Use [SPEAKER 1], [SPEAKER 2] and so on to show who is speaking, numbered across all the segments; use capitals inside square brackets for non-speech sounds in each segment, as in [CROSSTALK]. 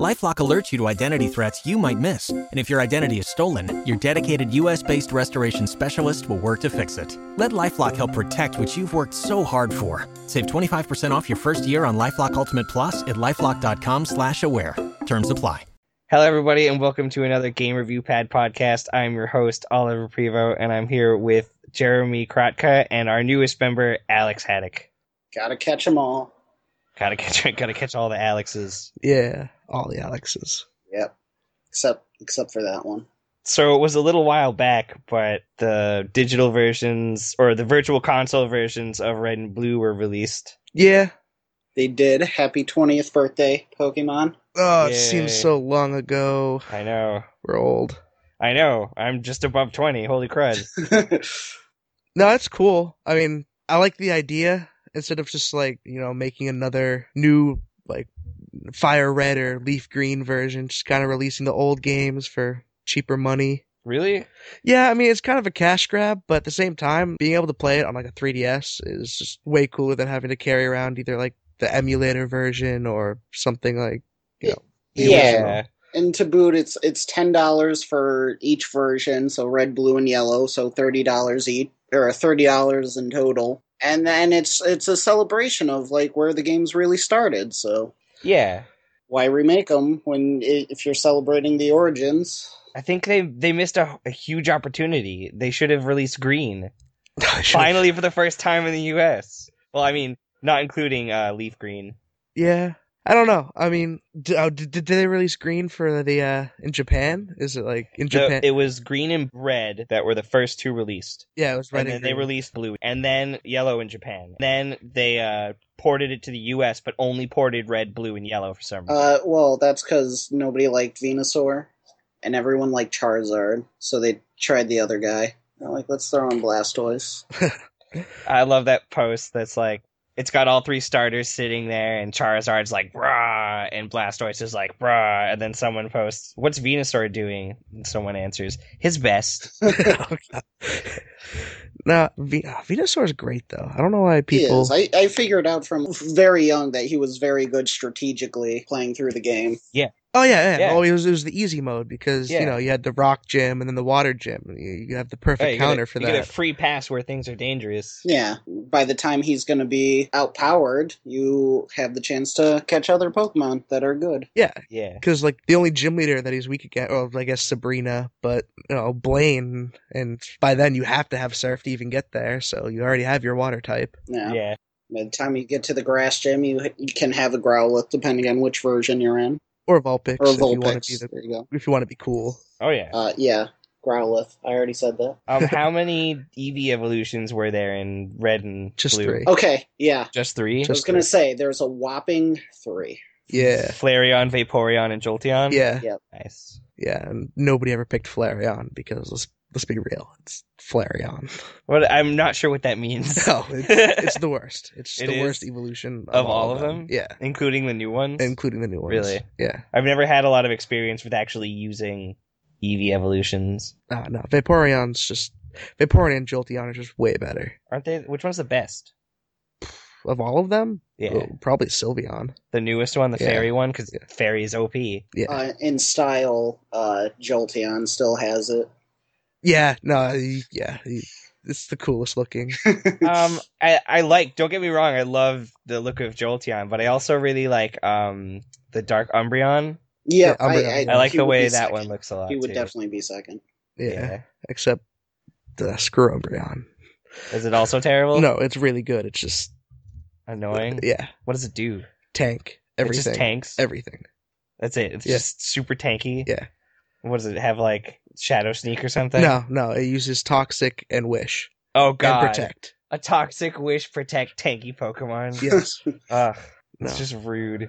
[SPEAKER 1] LifeLock alerts you to identity threats you might miss, and if your identity is stolen, your dedicated U.S.-based restoration specialist will work to fix it. Let LifeLock help protect what you've worked so hard for. Save 25% off your first year on LifeLock Ultimate Plus at lifeLock.com/slash-aware. Terms apply.
[SPEAKER 2] Hello, everybody, and welcome to another Game Review Pad podcast. I'm your host Oliver Prevo, and I'm here with Jeremy Krotka and our newest member Alex Haddock.
[SPEAKER 3] Gotta catch them all.
[SPEAKER 2] Gotta catch, [LAUGHS] gotta catch all the Alexes.
[SPEAKER 4] Yeah, all the Alexes.
[SPEAKER 3] Yep. Except except for that one.
[SPEAKER 2] So it was a little while back, but the digital versions or the virtual console versions of Red and Blue were released.
[SPEAKER 4] Yeah.
[SPEAKER 3] They did. Happy twentieth birthday, Pokemon. [LAUGHS]
[SPEAKER 4] Oh,
[SPEAKER 2] Yay.
[SPEAKER 4] it seems so long ago.
[SPEAKER 2] I know,
[SPEAKER 4] We're old.
[SPEAKER 2] I know. I'm just above twenty. Holy crud!
[SPEAKER 4] No, that's cool. I mean, I like the idea instead of just like, you know, making another new like fire red or leaf green version, just kind of releasing the old games for cheaper money.
[SPEAKER 2] really?
[SPEAKER 4] Yeah, I mean, it's kind of a cash grab, but at the same time, being able to play it on like a 3DS is just way cooler than having to carry around either like the emulator version or something like The [LAUGHS]
[SPEAKER 3] yeah.
[SPEAKER 2] uh,
[SPEAKER 3] And to boot it's it's ten dollars for each version, so red, blue, and yellow, so thirty dollars each or thirty dollars in total. And then it's it's a celebration of like where the games really started, so
[SPEAKER 2] Yeah.
[SPEAKER 3] why remake them when i- if you're celebrating the origins?
[SPEAKER 2] I think they they missed a, a huge opportunity. They should have released Green [LAUGHS] finally for the first time in the U.S. Well, I mean, not including uh, Leaf Green.
[SPEAKER 4] Yeah, I don't know. I mean, d- oh, did, did they release green for the uh in Japan? Is it like in
[SPEAKER 2] No,
[SPEAKER 4] Japan?
[SPEAKER 2] it was Green and Red that were the first two released,
[SPEAKER 4] yeah, it was red
[SPEAKER 2] and
[SPEAKER 4] and,
[SPEAKER 2] then they
[SPEAKER 4] green.
[SPEAKER 2] released Blue, and then Yellow in Japan. Then they uh, ported it to the U.S., but only ported Red, Blue, and Yellow for some reason.
[SPEAKER 3] Uh, well, that's because nobody liked Venusaur, and everyone liked Charizard, so they tried the other guy. They're like, let's throw in Blastoise.
[SPEAKER 2] I love that post. That's like. It's got all three starters sitting there, and Charizard's like, brah, and Blastoise is like, brah, and then someone posts, What's Venusaur doing? And someone answers, His best.
[SPEAKER 4] no, v- ah, Venusaur is great though. I don't know why
[SPEAKER 3] He
[SPEAKER 4] people.
[SPEAKER 3] is. I, I figured out from very young that he was very good strategically playing through the game.
[SPEAKER 4] oh yeah, yeah.
[SPEAKER 2] Yeah.
[SPEAKER 4] Oh, it was it was the easy mode because
[SPEAKER 2] Yeah.
[SPEAKER 4] you know you had the rock gym and then the water gym. You, you have [LAUGHS] the perfect
[SPEAKER 2] Hey, you get
[SPEAKER 4] counter
[SPEAKER 2] a-
[SPEAKER 4] for
[SPEAKER 2] you
[SPEAKER 4] that.
[SPEAKER 2] get a free pass where things are dangerous.
[SPEAKER 3] Yeah. By the time he's going to be outpowered, you have the chance to catch other Pokemon that are good.
[SPEAKER 4] yeah,
[SPEAKER 2] Yeah.
[SPEAKER 4] because like the only gym leader that he's weak against, well, I guess Sabrina, but you know Blaine, and by then you have to have Surf to even get there, so you already have your water type.
[SPEAKER 3] Yeah.
[SPEAKER 2] Yeah.
[SPEAKER 3] By the time you get to the grass gym, you, you can have a Growlithe, depending on which version you're in.
[SPEAKER 4] Or Vulpix,
[SPEAKER 3] Or
[SPEAKER 4] if you want
[SPEAKER 3] Vulpix.
[SPEAKER 4] to be the
[SPEAKER 3] there you go.
[SPEAKER 4] if you want to be cool.
[SPEAKER 2] Oh yeah.
[SPEAKER 3] Uh, yeah. Growlithe. I already said that.
[SPEAKER 2] Um,
[SPEAKER 3] [LAUGHS]
[SPEAKER 2] how many EV evolutions were there in red and
[SPEAKER 4] Just
[SPEAKER 2] blue? Oh.
[SPEAKER 4] three.
[SPEAKER 3] Okay. Yeah.
[SPEAKER 2] Just three.
[SPEAKER 3] I was
[SPEAKER 4] Just
[SPEAKER 3] going to say, there's a whopping three.
[SPEAKER 4] Yeah.
[SPEAKER 2] Flareon, Vaporeon, and Jolteon.
[SPEAKER 4] Yeah.
[SPEAKER 3] Yeah.
[SPEAKER 2] Nice.
[SPEAKER 4] Yeah. And nobody ever picked Flareon because let's let's be real, it's
[SPEAKER 2] [LAUGHS]
[SPEAKER 4] Flareon. [LAUGHS]
[SPEAKER 2] What I'm not sure what that means,
[SPEAKER 4] No, it's, it's the worst. It's
[SPEAKER 2] [LAUGHS] It
[SPEAKER 4] the
[SPEAKER 2] is?
[SPEAKER 4] worst evolution
[SPEAKER 2] Of all of them?
[SPEAKER 4] Yeah.
[SPEAKER 2] including the new ones.
[SPEAKER 4] Including the new ones.
[SPEAKER 2] Really?
[SPEAKER 4] Yeah.
[SPEAKER 2] I've never had a lot of experience with actually using EV evolutions.
[SPEAKER 4] Uh, No, no. Vaporeon's just Vaporeon and Jolteon are just way better.
[SPEAKER 2] Aren't they? Which one's the best?
[SPEAKER 4] Of all of them?
[SPEAKER 2] Yeah.
[SPEAKER 4] oh, probably Sylveon.
[SPEAKER 2] The newest one, the
[SPEAKER 4] Yeah.
[SPEAKER 2] fairy one, because
[SPEAKER 4] Yeah.
[SPEAKER 2] fairy is OP.
[SPEAKER 4] Yeah.
[SPEAKER 3] Uh, in style, uh, Jolteon still has it.
[SPEAKER 4] yeah, no, he- yeah. he- it's the coolest looking.
[SPEAKER 2] um I, I like don't get me wrong i love the look of jolteon but i also really like um the dark umbreon
[SPEAKER 3] [LAUGHS] Yeah,
[SPEAKER 4] Yeah, Umbreon.
[SPEAKER 2] i like
[SPEAKER 3] he
[SPEAKER 2] the
[SPEAKER 3] would
[SPEAKER 2] way
[SPEAKER 3] be
[SPEAKER 2] that
[SPEAKER 3] second.
[SPEAKER 2] one looks a lot
[SPEAKER 3] He would
[SPEAKER 2] too.
[SPEAKER 3] definitely be second.
[SPEAKER 4] Yeah. Except the screw Umbreon.
[SPEAKER 2] is it also terrible
[SPEAKER 4] no, it's really good. It's just
[SPEAKER 2] annoying
[SPEAKER 4] yeah.
[SPEAKER 2] what does it do
[SPEAKER 4] Tank. Everything.
[SPEAKER 2] it just tanks
[SPEAKER 4] Everything.
[SPEAKER 2] that's it it's
[SPEAKER 4] Yeah.
[SPEAKER 2] just super tanky
[SPEAKER 4] Yeah.
[SPEAKER 2] what does it have like shadow sneak or something
[SPEAKER 4] No, no, it uses toxic and wish
[SPEAKER 2] oh god
[SPEAKER 4] and protect.
[SPEAKER 2] a toxic wish protect tanky pokemon [LAUGHS]
[SPEAKER 4] Yes.
[SPEAKER 2] Ugh,
[SPEAKER 4] No.
[SPEAKER 2] it's just rude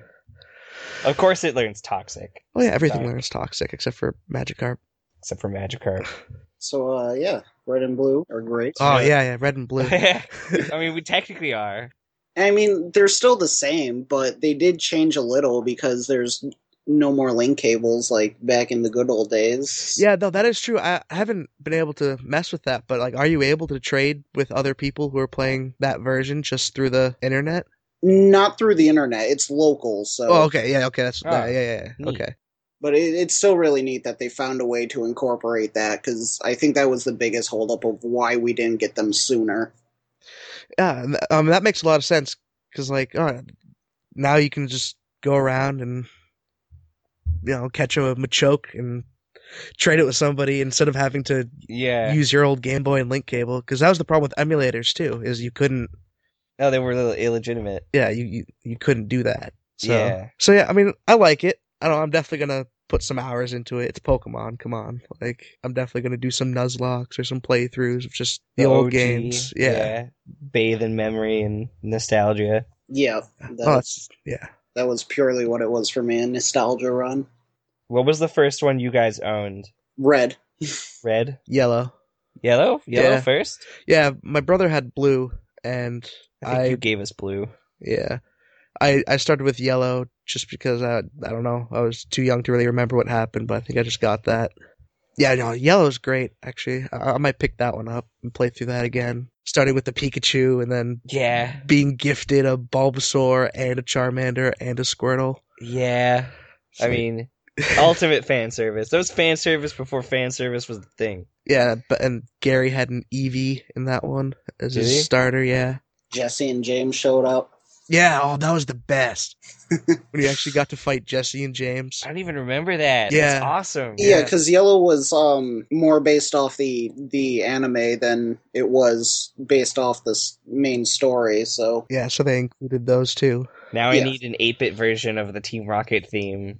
[SPEAKER 2] of course it learns toxic
[SPEAKER 4] oh yeah, everything
[SPEAKER 2] Sorry.
[SPEAKER 4] learns toxic except for Magikarp.
[SPEAKER 2] except for
[SPEAKER 4] [LAUGHS]
[SPEAKER 2] magikarp [LAUGHS]
[SPEAKER 3] So uh, yeah, red and blue are great.
[SPEAKER 4] Oh
[SPEAKER 2] really-
[SPEAKER 4] yeah, yeah, red
[SPEAKER 2] [LAUGHS]
[SPEAKER 4] and blue.
[SPEAKER 2] i mean we technically are
[SPEAKER 3] I mean, they're still the same, but they did change a little because there's no more link cables like back in the good old days.
[SPEAKER 4] Yeah, no, that is true. I I haven't been able to mess with that, but like, are you able to trade with other people who are playing that version just through the internet?
[SPEAKER 3] Not through the internet. It's local, so
[SPEAKER 4] Oh, okay, yeah, okay, that's
[SPEAKER 2] Ah,
[SPEAKER 4] yeah, yeah, yeah,
[SPEAKER 2] neat.
[SPEAKER 4] okay.
[SPEAKER 3] but it, it's still really neat that they found a way to incorporate that because I think that was the biggest holdup of why we didn't get them sooner.
[SPEAKER 4] Yeah, and th- um, that makes a lot of sense because like, all right, now you can just go around and you know catch a machoke and trade it with somebody instead of having to
[SPEAKER 2] Yeah.
[SPEAKER 4] use your old Game Boy and link cable because that was the problem with emulators too is you couldn't
[SPEAKER 2] No, they were a little illegitimate.
[SPEAKER 4] yeah you you, you couldn't do that so
[SPEAKER 2] Yeah.
[SPEAKER 4] so yeah I mean I like it I don't I'm definitely gonna put some hours into it it's Pokemon come on like I'm definitely gonna do some Nuzlocks or some playthroughs of just the, old
[SPEAKER 2] OG,
[SPEAKER 4] games yeah,
[SPEAKER 2] Bathe in memory and nostalgia.
[SPEAKER 3] Yeah,
[SPEAKER 4] oh
[SPEAKER 3] that's
[SPEAKER 4] it's, yeah
[SPEAKER 3] that was purely what it was for me—a nostalgia run.
[SPEAKER 2] What was the first one you guys owned?
[SPEAKER 3] Red.
[SPEAKER 2] Red?
[SPEAKER 4] yellow
[SPEAKER 2] Yellow? Yellow
[SPEAKER 4] Yeah.
[SPEAKER 2] first?
[SPEAKER 4] yeah my brother had blue and
[SPEAKER 2] I think
[SPEAKER 4] I-
[SPEAKER 2] you gave us blue.
[SPEAKER 4] Yeah. I, I started with yellow just because I I don't know I was too young to really remember what happened but I think I just got that yeah no yellow's great actually I, I might pick that one up and play through that again starting with the Pikachu and then
[SPEAKER 2] Yeah.
[SPEAKER 4] being gifted a Bulbasaur and a Charmander and a Squirtle
[SPEAKER 2] Yeah. I mean, ultimate fan service. That was fan service before fan service was the thing.
[SPEAKER 4] yeah but and Gary had an Eevee in that one as
[SPEAKER 2] Did
[SPEAKER 4] his
[SPEAKER 2] he?
[SPEAKER 4] starter yeah
[SPEAKER 3] Jesse and James showed up.
[SPEAKER 4] yeah oh that was the best [LAUGHS] when you actually got to fight Jesse and James
[SPEAKER 2] I don't even remember that.
[SPEAKER 4] Yeah.
[SPEAKER 2] That's awesome.
[SPEAKER 3] Yeah,
[SPEAKER 4] Yeah.
[SPEAKER 3] because Yellow was um, more based off the the anime than it was based off this main story. So
[SPEAKER 4] yeah so they included those [LAUGHS] two.
[SPEAKER 2] Now I
[SPEAKER 3] Yeah.
[SPEAKER 2] need an 8 bit version of the Team Rocket theme.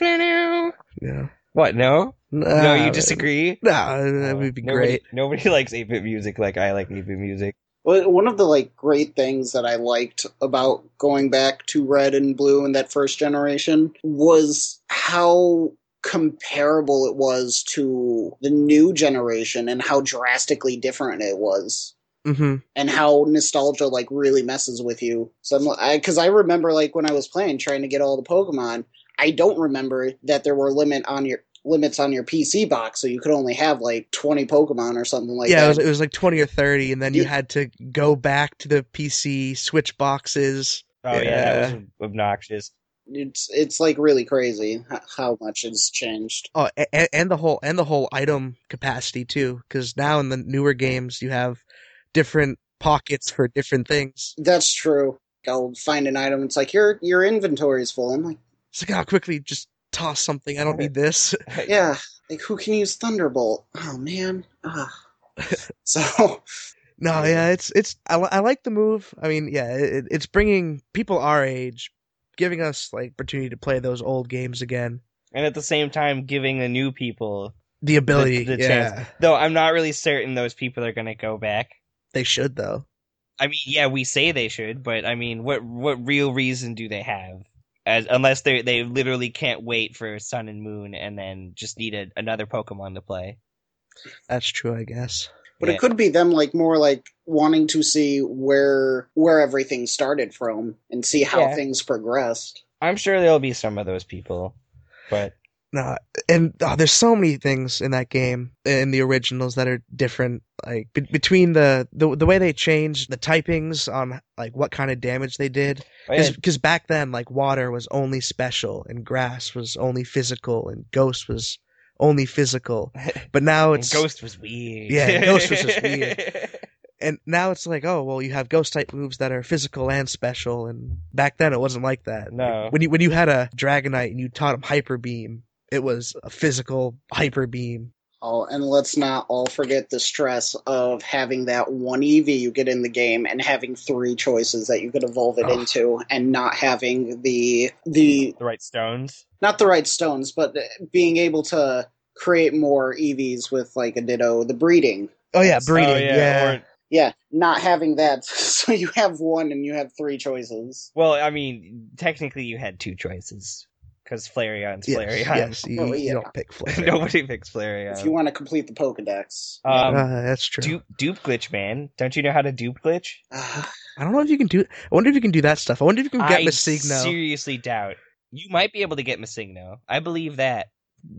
[SPEAKER 4] yeah.
[SPEAKER 2] What? No? no, you disagree?
[SPEAKER 4] No, Uh, that would be
[SPEAKER 2] Nobody-
[SPEAKER 4] great.
[SPEAKER 2] Nobody [LAUGHS] likes 8 bit music like I like 8 bit music.
[SPEAKER 3] But one of the like great things that I liked about going back to Red and Blue in that first generation was how comparable it was to the new generation and how drastically different it was.
[SPEAKER 4] hmm
[SPEAKER 3] and how nostalgia like really messes with you. So I'm I because I remember like when I was playing trying to get all the Pokemon, I don't remember that there were limit on your limits on your PC box, so you could only have like 20 Pokemon or something like
[SPEAKER 4] yeah, it
[SPEAKER 3] that.
[SPEAKER 4] was, it was like twenty or thirty, and then you
[SPEAKER 3] Yeah.
[SPEAKER 4] had to go back to the PC, switch boxes.
[SPEAKER 2] Oh, yeah, that was obnoxious.
[SPEAKER 3] it's it's like really crazy h- how much it's changed.
[SPEAKER 4] Oh, and, and the whole and the whole item capacity too, because now in the newer games you have different pockets for different things.
[SPEAKER 3] That's true. I'll find an item. It's like your your inventory is full. I'm like,
[SPEAKER 4] It's like, oh, quickly just toss something. I don't need this.
[SPEAKER 3] yeah. Like who can use Thunderbolt? Oh man.
[SPEAKER 2] [LAUGHS]
[SPEAKER 3] Ah. so
[SPEAKER 4] No, yeah, it's it's I, li- I like the move. I mean, yeah, it, it's bringing people our age, giving us like opportunity to play those old games again.
[SPEAKER 2] And at the same time, giving the new people.
[SPEAKER 4] The ability,
[SPEAKER 2] the
[SPEAKER 4] yeah,
[SPEAKER 2] chance. Though I'm not really certain those people are going to go back.
[SPEAKER 4] they should though.
[SPEAKER 2] I mean, yeah, we say they should, but I mean, what what real reason do they have? As unless they they literally can't wait for Sun and Moon and then just need a, another Pokemon to play.
[SPEAKER 4] That's true, I guess.
[SPEAKER 3] But
[SPEAKER 2] Yeah.
[SPEAKER 3] it could be them like more like wanting to see where where everything started from and see how
[SPEAKER 2] Yeah.
[SPEAKER 3] things progressed.
[SPEAKER 2] I'm sure there'll be some of those people, but
[SPEAKER 4] No, and oh, there's so many things in that game in the originals that are different. Like be- between the, the the way they changed the typings on like what kind of damage they did,
[SPEAKER 2] oh, yeah,
[SPEAKER 4] because back then like water was only special and grass was only physical and ghost was only physical, but now
[SPEAKER 2] and
[SPEAKER 4] it's
[SPEAKER 2] Ghost was weird.
[SPEAKER 4] Yeah, Ghost was just and now it's like oh well you have ghost type moves that are physical and special and back then it wasn't like
[SPEAKER 2] [LAUGHS]
[SPEAKER 4] that
[SPEAKER 2] No.
[SPEAKER 4] when you when you had a dragonite and you taught him hyper beam it was a physical hyper beam
[SPEAKER 3] Oh, and let's not all forget the stress of having that one EV you get in the game and having three choices that you could evolve it
[SPEAKER 4] Ugh.
[SPEAKER 3] into and not having the the
[SPEAKER 2] the right stones.
[SPEAKER 3] not the right stones, but being able to create more EVs with like a ditto, the breeding.
[SPEAKER 4] oh yeah breeding
[SPEAKER 2] Oh,
[SPEAKER 4] yeah,
[SPEAKER 2] or-
[SPEAKER 3] Yeah, not having that [LAUGHS] so you have one and you have three choices.
[SPEAKER 2] well, I mean, technically you had two choices because Flareon's
[SPEAKER 4] Yes,
[SPEAKER 2] Flareon.
[SPEAKER 4] yes, you,
[SPEAKER 3] Oh,
[SPEAKER 4] you
[SPEAKER 3] yeah.
[SPEAKER 4] don't pick Flareon.
[SPEAKER 2] [LAUGHS] Nobody picks Flareon.
[SPEAKER 3] if you want to complete the Pokedex.
[SPEAKER 2] Um,
[SPEAKER 4] Uh, that's true.
[SPEAKER 2] dupe dupe glitch, man. Don't you know how to dupe glitch?
[SPEAKER 3] [SIGHS] Ah, [LAUGHS]
[SPEAKER 4] I don't know if you can do. I wonder if you can do that stuff. I wonder if you can get
[SPEAKER 2] I
[SPEAKER 4] Missigno.
[SPEAKER 2] seriously doubt. You might be able to get Massigno. I believe that.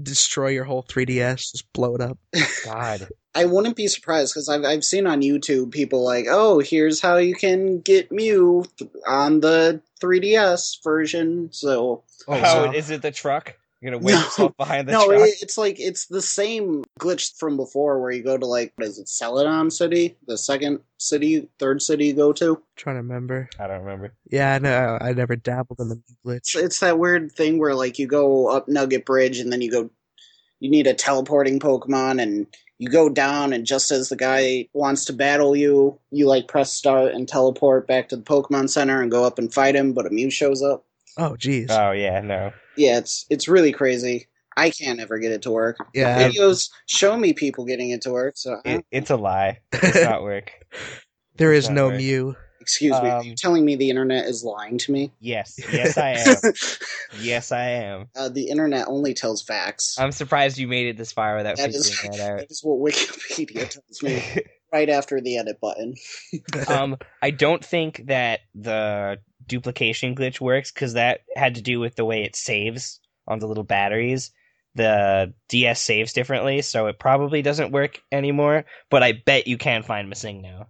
[SPEAKER 4] Destroy your whole 3DS, just blow it up.
[SPEAKER 2] God.
[SPEAKER 3] I wouldn't be surprised because I've I've seen on YouTube people like, oh, here's how you can get Mew th- on the 3DS version. So
[SPEAKER 2] Oh,
[SPEAKER 4] wow.
[SPEAKER 2] is it the truck? You're gonna whip
[SPEAKER 3] No.
[SPEAKER 2] yourself behind the
[SPEAKER 3] no,
[SPEAKER 2] truck?
[SPEAKER 3] it, it's like it's the same glitch from before where you go to like what is it Celadon City, the second city, third city you go to.
[SPEAKER 4] trying to remember.
[SPEAKER 2] I don't remember.
[SPEAKER 4] Yeah, I know. I never dabbled in the new glitch.
[SPEAKER 3] It's it's that weird thing where like you go up Nugget Bridge and then you go, you need a teleporting Pokemon and you go down and just as the guy wants to battle you, you like press start and teleport back to the Pokemon Center and go up and fight him, but a Mew shows up.
[SPEAKER 4] Oh, jeez.
[SPEAKER 2] Oh yeah, no.
[SPEAKER 3] Yeah, it's it's really crazy. I can't ever get it to work.
[SPEAKER 4] yeah.
[SPEAKER 3] Videos show me people getting it to work, so I- [LAUGHS]
[SPEAKER 2] It, it's a lie. It's not work.
[SPEAKER 4] there is
[SPEAKER 2] not
[SPEAKER 4] no
[SPEAKER 2] right.
[SPEAKER 4] Mew.
[SPEAKER 3] excuse me, are
[SPEAKER 2] Um,
[SPEAKER 3] you telling me the internet is lying to me? [LAUGHS]
[SPEAKER 2] Yes, yes I am. yes I am.
[SPEAKER 3] uh, the internet only tells facts.
[SPEAKER 2] I'm surprised you made it this far without
[SPEAKER 3] That is-
[SPEAKER 2] figuring that
[SPEAKER 3] [LAUGHS]
[SPEAKER 2] out.
[SPEAKER 3] that is what Wikipedia tells me
[SPEAKER 2] [LAUGHS]
[SPEAKER 3] right after the edit button.
[SPEAKER 2] um, I don't think that the duplication glitch works because that had to do with the way it saves on the little batteries. The DS saves differently, so it probably doesn't work anymore. But I bet you can find missing now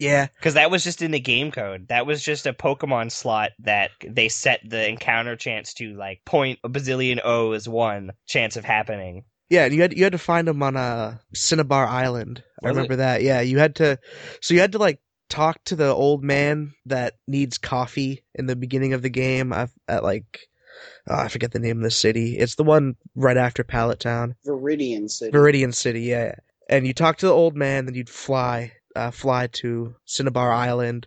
[SPEAKER 4] yeah.
[SPEAKER 2] because that was just in the game code. That was just a Pokemon slot that they set the encounter chance to like point a bazillion O is one chance of happening.
[SPEAKER 4] Yeah, and you had you had to find him on uh, Cinnabar Island. I
[SPEAKER 2] Was it?
[SPEAKER 4] remember that. Yeah, you had to. So you had to like talk to the old man that needs coffee in the beginning of the game. I've, at like, oh, I forget the name of the city. It's the one right after Pallet Town,
[SPEAKER 3] Viridian City.
[SPEAKER 4] Viridian City. Yeah, and you talk to the old man, then you'd fly, uh, fly to Cinnabar Island,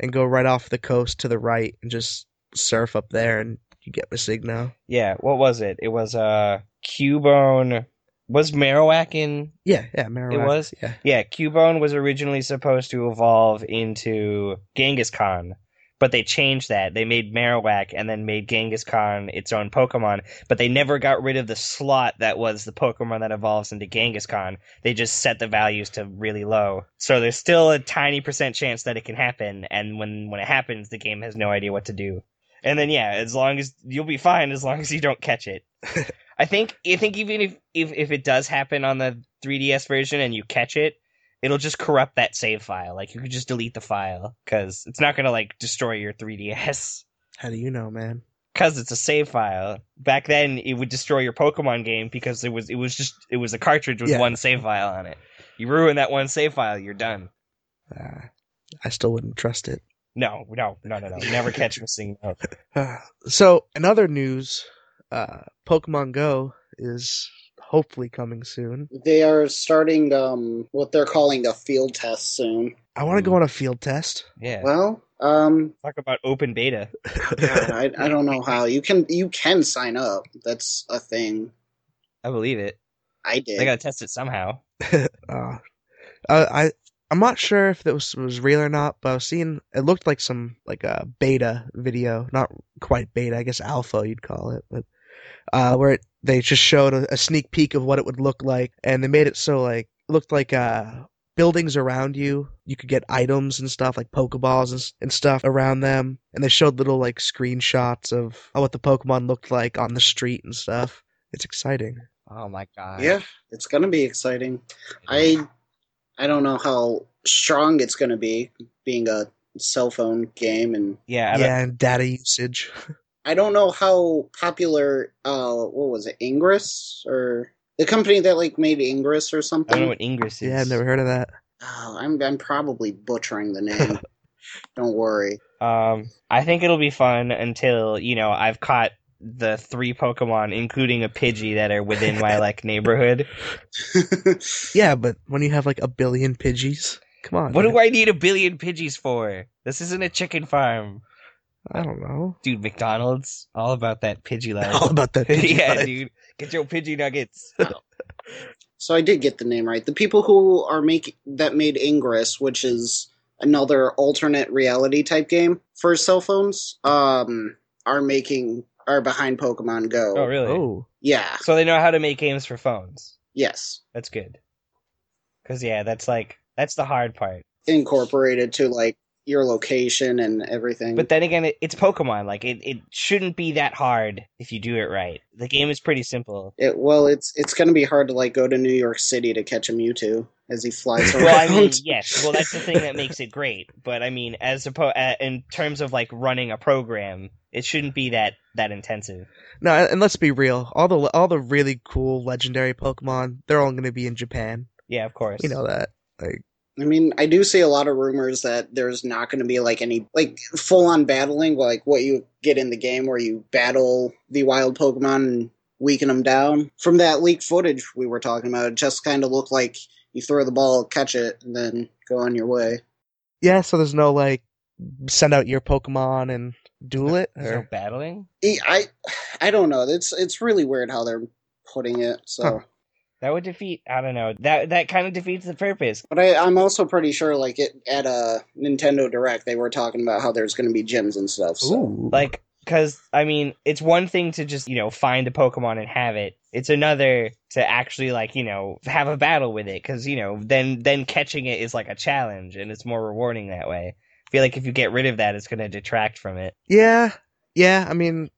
[SPEAKER 4] and go right off the coast to the right and just surf up there, and you get Masigno.
[SPEAKER 2] Yeah, what was it? It was uh Cubone. Was Marowak in
[SPEAKER 4] Yeah, yeah, Marowak.
[SPEAKER 2] was?
[SPEAKER 4] Yeah.
[SPEAKER 2] Yeah, Cubone was originally supposed to evolve into Genghis Khan, but they changed that. They made Marowak and then made Genghis Khan its own Pokemon, but they never got rid of the slot that was the Pokemon that evolves into Genghis Khan. They just set the values to really low. So there's still a tiny percent chance that it can happen, and when, when it happens, the game has no idea what to do. And then yeah, as long as you'll be fine as long as you don't catch it. I think I think even if, if if it does happen on the 3DS version and you catch it, it'll just corrupt that save file. Like you could just delete the file because it's not gonna like destroy your [LAUGHS] 3DS
[SPEAKER 4] How do you know, man?
[SPEAKER 2] because it's a save file. Back then, it would destroy your Pokemon game because it was it was just it was a cartridge with
[SPEAKER 4] Yeah.
[SPEAKER 2] one save file on it. You ruin that one save file, you're done.
[SPEAKER 4] Uh, I still wouldn't trust it. [SIGHS]
[SPEAKER 2] No, no, no, no, no. Never catch missing. No.
[SPEAKER 4] Uh, so, in other news, uh, Pokemon Go is hopefully coming soon.
[SPEAKER 3] They are starting um, what they're calling a field test soon.
[SPEAKER 4] I want to go on a field test.
[SPEAKER 2] Yeah.
[SPEAKER 3] Well, um,
[SPEAKER 2] Talk about open beta.
[SPEAKER 3] God, I, I don't know how you can you can sign up. That's a thing.
[SPEAKER 2] I believe it.
[SPEAKER 3] I
[SPEAKER 2] They
[SPEAKER 3] did.
[SPEAKER 2] gotta test it somehow.
[SPEAKER 4] uh, I, I I'm not sure if that was was real or not, but I was seeing it looked like some like a beta video, not quite beta, I guess alpha you'd call it, but uh, where it, they just showed a, a sneak peek of what it would look like, and they made it so like it looked like uh buildings around you you could get items and stuff like pokeballs and, s- and stuff around them and they showed little like screenshots of what the pokemon looked like on the street and stuff it's exciting
[SPEAKER 2] Oh my god.
[SPEAKER 3] yeah, it's gonna be exciting. I I don't know how strong it's gonna be, being a cell phone game, and
[SPEAKER 2] Yeah, I don't,
[SPEAKER 4] yeah and data usage
[SPEAKER 3] I don't know how popular. Uh, what was it, Ingress or the company that like made Ingress or
[SPEAKER 2] I don't know
[SPEAKER 3] something?
[SPEAKER 2] what Ingress is.
[SPEAKER 4] yeah i've never heard of that
[SPEAKER 3] Oh, I'm I'm probably butchering
[SPEAKER 2] [LAUGHS]
[SPEAKER 3] the name. don't worry. [LAUGHS]
[SPEAKER 2] Um, I think it'll be fun until you know I've caught the three Pokemon, including a Pidgey, that are within my
[SPEAKER 4] [LAUGHS]
[SPEAKER 2] like neighborhood.
[SPEAKER 4] Yeah, but when you have like a billion Pidgeys, come on.
[SPEAKER 2] What
[SPEAKER 4] man.
[SPEAKER 2] do I need a billion Pidgeys for? This isn't a chicken farm,
[SPEAKER 4] I don't know.
[SPEAKER 2] dude. McDonald's, all about that Pidgey
[SPEAKER 4] [LAUGHS] All
[SPEAKER 2] [LAUGHS] life.
[SPEAKER 4] about that. Pidgey
[SPEAKER 2] yeah,
[SPEAKER 4] life.
[SPEAKER 2] dude, get your Pidgey nuggets.
[SPEAKER 3] So I did get the name right. The people who are make that made Ingress, which is another alternate reality type game for cell phones, um, are making are behind Pokemon Go.
[SPEAKER 2] Oh, really?
[SPEAKER 4] Oh,
[SPEAKER 3] Yeah.
[SPEAKER 2] So they know how to make games for phones.
[SPEAKER 3] Yes.
[SPEAKER 2] That's good. Cause yeah, that's like that's the hard part.
[SPEAKER 3] Incorporated to like your location and everything.
[SPEAKER 2] But then again, it, it's Pokemon. Like it, it shouldn't be that hard if you do it right. The game is pretty
[SPEAKER 4] [LAUGHS]
[SPEAKER 2] simple.
[SPEAKER 3] it, well, it's it's going to be hard to like go to New York City to catch a Mewtwo as he flies around.
[SPEAKER 2] [LAUGHS] Well, I mean, yes. Well, that's the thing that makes it great. But I mean, as oppo- uh, in terms of like running a program, it shouldn't be that that intensive.
[SPEAKER 4] No, and and let's be real. All the all the really cool legendary Pokemon, they're all going to be in Japan.
[SPEAKER 2] Yeah, of course.
[SPEAKER 4] You know that. Like
[SPEAKER 3] I mean, I do see a lot of rumors that there's not going to be like any like full on battling, like what you get in the game where you battle the wild Pokemon and weaken them down. From that leak footage we were talking about, it just kind of looked like you throw the ball, catch it, and then go on your way.
[SPEAKER 4] yeah, so there's no like send out your Pokemon and duel it
[SPEAKER 2] There's no
[SPEAKER 4] or
[SPEAKER 2] battling.
[SPEAKER 3] E- I, I don't know. It's it's really weird how they're putting it. So,
[SPEAKER 4] Huh.
[SPEAKER 2] That would defeat. I don't know. That that kind of defeats the purpose.
[SPEAKER 3] but I, I'm also pretty sure like it at a Nintendo Direct they were talking about how there's going to be gyms and stuff. So.
[SPEAKER 4] Ooh.
[SPEAKER 2] Like, because I mean, it's one thing to just you know find a Pokemon and have it. It's another to actually like you know have a battle with it. Because you know then then catching it is like a challenge and it's more rewarding that way. I feel like if you get rid of that, it's going to detract from it.
[SPEAKER 4] Yeah. Yeah, I mean,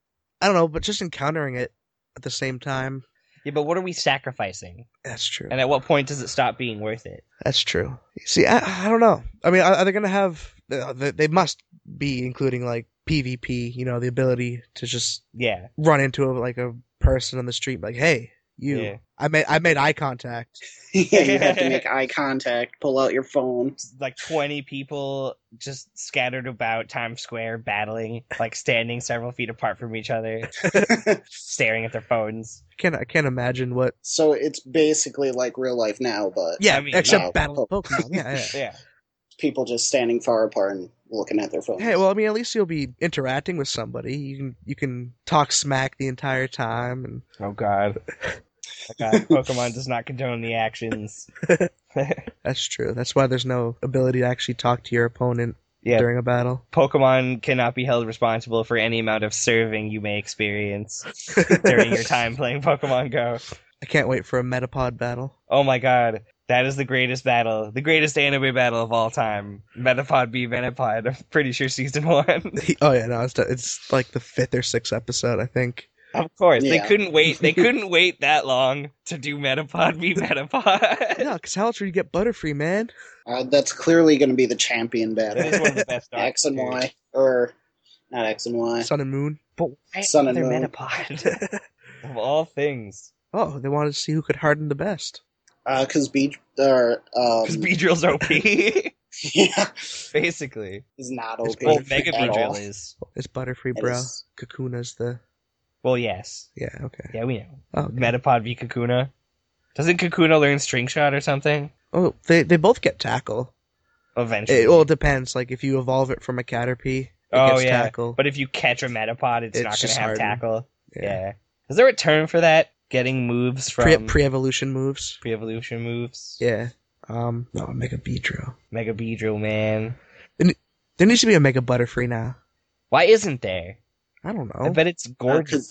[SPEAKER 4] I don't know, but just encountering it at the same time,
[SPEAKER 2] Yeah, but what are we sacrificing?
[SPEAKER 4] that's true.
[SPEAKER 2] And at what point does it stop being worth it?
[SPEAKER 4] That's true. See, I, I don't know. I mean, are, are they going to have? uh, They they must be including like PvP. You know, the ability to just
[SPEAKER 2] Yeah,
[SPEAKER 4] run into a, like a person on the street, like, "Hey, you."
[SPEAKER 2] Yeah.
[SPEAKER 4] I made I made eye contact.
[SPEAKER 3] [LAUGHS] yeah, you have
[SPEAKER 4] [LAUGHS]
[SPEAKER 3] to make eye contact, pull out your phone.
[SPEAKER 2] like twenty people just scattered about Times Square battling, like standing several feet apart from each other, staring at their phones.
[SPEAKER 4] Can't I can't imagine what?
[SPEAKER 3] [LAUGHS] So it's basically like real life now, but
[SPEAKER 4] Yeah,
[SPEAKER 2] I mean,
[SPEAKER 4] except
[SPEAKER 3] no.
[SPEAKER 4] battle of Pokemon. Yeah,
[SPEAKER 2] [LAUGHS]
[SPEAKER 4] yeah.
[SPEAKER 2] Yeah.
[SPEAKER 3] people just standing far apart and looking at their phone.
[SPEAKER 4] Hey, well, I mean, at least you'll be interacting with somebody. You can you can talk smack the entire time, and
[SPEAKER 2] Oh God. Oh, God. Pokemon does not condone the actions.
[SPEAKER 4] that's true. That's why there's no ability to actually talk to your opponent
[SPEAKER 2] Yeah.
[SPEAKER 4] during a battle.
[SPEAKER 2] Pokemon cannot be held responsible for any amount of serving you may experience during [LAUGHS]
[SPEAKER 4] [LAUGHS]
[SPEAKER 2] your time playing Pokemon Go.
[SPEAKER 4] I can't wait for a Metapod battle.
[SPEAKER 2] Oh my God. That is the greatest battle, the greatest anime battle of all time. Metapod B Venipod. I'm pretty sure season [LAUGHS] one.
[SPEAKER 4] He- oh yeah, no, it's it's like the fifth or sixth episode, I think.
[SPEAKER 2] of course,
[SPEAKER 3] Yeah.
[SPEAKER 2] they couldn't wait. [LAUGHS] They couldn't wait that long to do Metapod B Venipod.
[SPEAKER 4] No, because how else would you get Butterfree, man?
[SPEAKER 3] Uh, that's clearly going to be the champion
[SPEAKER 2] That
[SPEAKER 3] battle.
[SPEAKER 2] is one of the best.
[SPEAKER 3] [LAUGHS] X and
[SPEAKER 2] arcs,
[SPEAKER 3] Y, or not X and Y.
[SPEAKER 4] Sun and Moon.
[SPEAKER 2] But why
[SPEAKER 3] Sun and
[SPEAKER 2] another
[SPEAKER 3] Moon.
[SPEAKER 2] Metapod? [LAUGHS] of all things.
[SPEAKER 4] Oh, they wanted to see who could harden the best.
[SPEAKER 3] Because Uh, B, or um,
[SPEAKER 2] Because Beedrill's OP,
[SPEAKER 3] [LAUGHS] yeah,
[SPEAKER 2] [LAUGHS] basically.
[SPEAKER 3] is not
[SPEAKER 4] It's
[SPEAKER 3] OP.
[SPEAKER 2] Well,
[SPEAKER 4] Beedrill
[SPEAKER 2] Mega
[SPEAKER 3] at all.
[SPEAKER 2] Beedrill is.
[SPEAKER 4] It's Butterfree,
[SPEAKER 3] It
[SPEAKER 4] bro.
[SPEAKER 3] is.
[SPEAKER 4] Kakuna's the
[SPEAKER 2] Well, yes.
[SPEAKER 4] yeah, okay.
[SPEAKER 2] Yeah, we know.
[SPEAKER 4] Oh, okay.
[SPEAKER 2] Metapod v Kakuna. Doesn't Kakuna learn String Shot or something?
[SPEAKER 4] oh, they they both get tackle.
[SPEAKER 2] Eventually.
[SPEAKER 4] It well it depends. Like if you evolve it from a Caterpie, it
[SPEAKER 2] oh,
[SPEAKER 4] gets
[SPEAKER 2] yeah.
[SPEAKER 4] tackle.
[SPEAKER 2] But if you catch a Metapod, it's,
[SPEAKER 4] It's
[SPEAKER 2] not going
[SPEAKER 4] just
[SPEAKER 2] to have
[SPEAKER 4] harder.
[SPEAKER 2] tackle. Yeah. Is there a term for that? Getting moves
[SPEAKER 4] pre
[SPEAKER 2] from pre
[SPEAKER 4] pre evolution moves.
[SPEAKER 2] evolution moves?
[SPEAKER 4] Yeah. Um, no, Mega Beedrill.
[SPEAKER 2] Mega Beedrill, man.
[SPEAKER 4] There needs to be a Mega Butterfree now.
[SPEAKER 2] Why isn't there?
[SPEAKER 4] I don't
[SPEAKER 2] I
[SPEAKER 4] know.
[SPEAKER 2] bet it's
[SPEAKER 3] Uh,
[SPEAKER 2] gorgeous.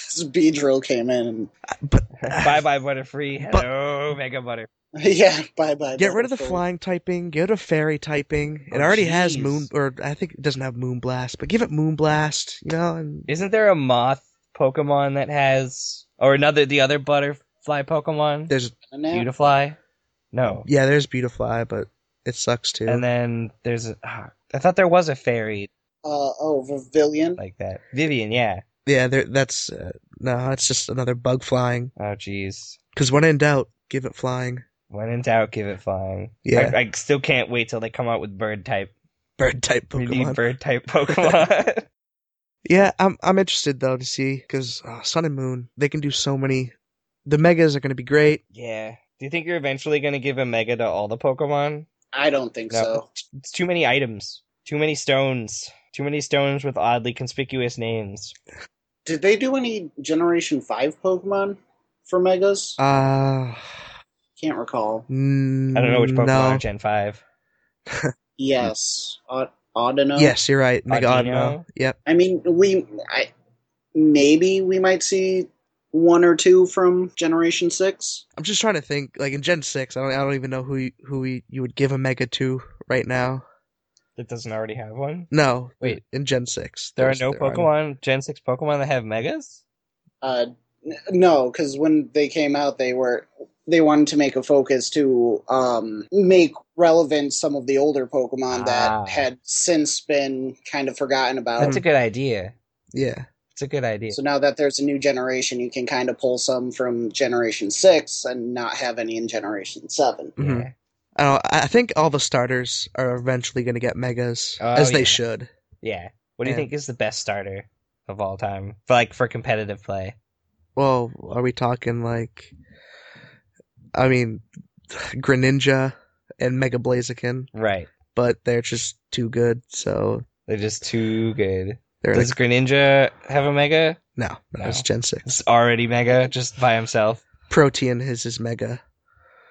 [SPEAKER 3] [LAUGHS] Because Beedrill came in. And, [LAUGHS]
[SPEAKER 4] but [LAUGHS]
[SPEAKER 2] bye bye, Butterfree. Hello, Mega Butterfree.
[SPEAKER 3] yeah, bye bye.
[SPEAKER 4] Get rid of the
[SPEAKER 3] Butterfree.
[SPEAKER 4] flying typing. Get rid of fairy typing. It
[SPEAKER 2] Oh,
[SPEAKER 4] already has
[SPEAKER 2] jeez.
[SPEAKER 4] moon, or I think it doesn't have moon blast, but give it moon blast. You know, and
[SPEAKER 2] Isn't there a moth Pokemon that has or another the other butterfly Pokemon?
[SPEAKER 4] there's
[SPEAKER 3] And now-
[SPEAKER 2] Beautifly? No.
[SPEAKER 4] yeah, there's Beautifly, but it sucks too.
[SPEAKER 2] And then there's a ah, I thought there was a fairy
[SPEAKER 3] Uh, oh, Vivillion.
[SPEAKER 2] like that. Vivian, yeah.
[SPEAKER 4] yeah, there, that's uh, no, it's just another bug flying.
[SPEAKER 2] Oh jeez.
[SPEAKER 4] Because when in doubt, give it flying. [LAUGHS]
[SPEAKER 2] When in doubt, give it flying.
[SPEAKER 4] Yeah.
[SPEAKER 2] I, I still can't wait till they come out with bird type.
[SPEAKER 4] Bird type
[SPEAKER 2] We
[SPEAKER 4] Pokemon.
[SPEAKER 2] need bird
[SPEAKER 4] [LAUGHS]
[SPEAKER 2] type Pokemon.
[SPEAKER 4] Yeah, I'm I'm interested though to see because Sun and Moon they can do so many. The megas are going to be great.
[SPEAKER 2] yeah. Do you think you're eventually gonna give a mega to all the Pokemon?
[SPEAKER 3] I don't think
[SPEAKER 2] No.
[SPEAKER 3] so.
[SPEAKER 2] It's too many items. Too many stones. Too many stones with oddly conspicuous names.
[SPEAKER 3] Did they do any Generation Five Pokemon for Megas?
[SPEAKER 4] Uh,
[SPEAKER 3] Can't recall.
[SPEAKER 2] I don't know which Pokemon
[SPEAKER 4] No.
[SPEAKER 2] are Gen 5.
[SPEAKER 3] Yes, Aud- Audino.
[SPEAKER 4] Yes, you're right. Mega
[SPEAKER 2] Audino?
[SPEAKER 4] Audino. Yep.
[SPEAKER 3] I mean, we I, maybe we might see one or two from Generation Six.
[SPEAKER 4] I'm just trying to think. Like in Gen six, I don't, I don't even know who you, who we, you would give a Mega to right now.
[SPEAKER 2] that doesn't already have one?
[SPEAKER 4] No,
[SPEAKER 2] Wait.
[SPEAKER 4] in Gen Six,
[SPEAKER 2] There are
[SPEAKER 4] there's-
[SPEAKER 2] no
[SPEAKER 4] there aren't.
[SPEAKER 2] Pokemon Gen Six Pokemon that have megas.
[SPEAKER 3] Uh, n- no, because when they came out, they were they wanted to make a focus to um, make relevant some of the older Pokemon
[SPEAKER 2] Ah.
[SPEAKER 3] that had since been kind of forgotten about.
[SPEAKER 2] That's a good idea.
[SPEAKER 4] Yeah,
[SPEAKER 2] It's a good idea.
[SPEAKER 3] So now that there's a new generation, you can kind of pull some from Generation Six and not have any in Generation Seven.
[SPEAKER 4] mhm.
[SPEAKER 2] Yeah.
[SPEAKER 4] I don't. I think all the starters are eventually going to get megas,
[SPEAKER 2] Oh,
[SPEAKER 4] as they
[SPEAKER 2] yeah.
[SPEAKER 4] should.
[SPEAKER 2] Yeah. What do you
[SPEAKER 4] Yeah.
[SPEAKER 2] think is the best starter of all time? For, like for competitive play.
[SPEAKER 4] Well, are we talking like? I mean, [SIGHS] Greninja and Mega Blaziken,
[SPEAKER 2] Right.
[SPEAKER 4] but they're just too good, so
[SPEAKER 2] They're just too good.
[SPEAKER 4] they're
[SPEAKER 2] Does Greninja have a mega?
[SPEAKER 4] like, no, no, it's
[SPEAKER 2] No.
[SPEAKER 4] Gen Six.
[SPEAKER 2] It's already mega just by himself.
[SPEAKER 4] Protean is his mega.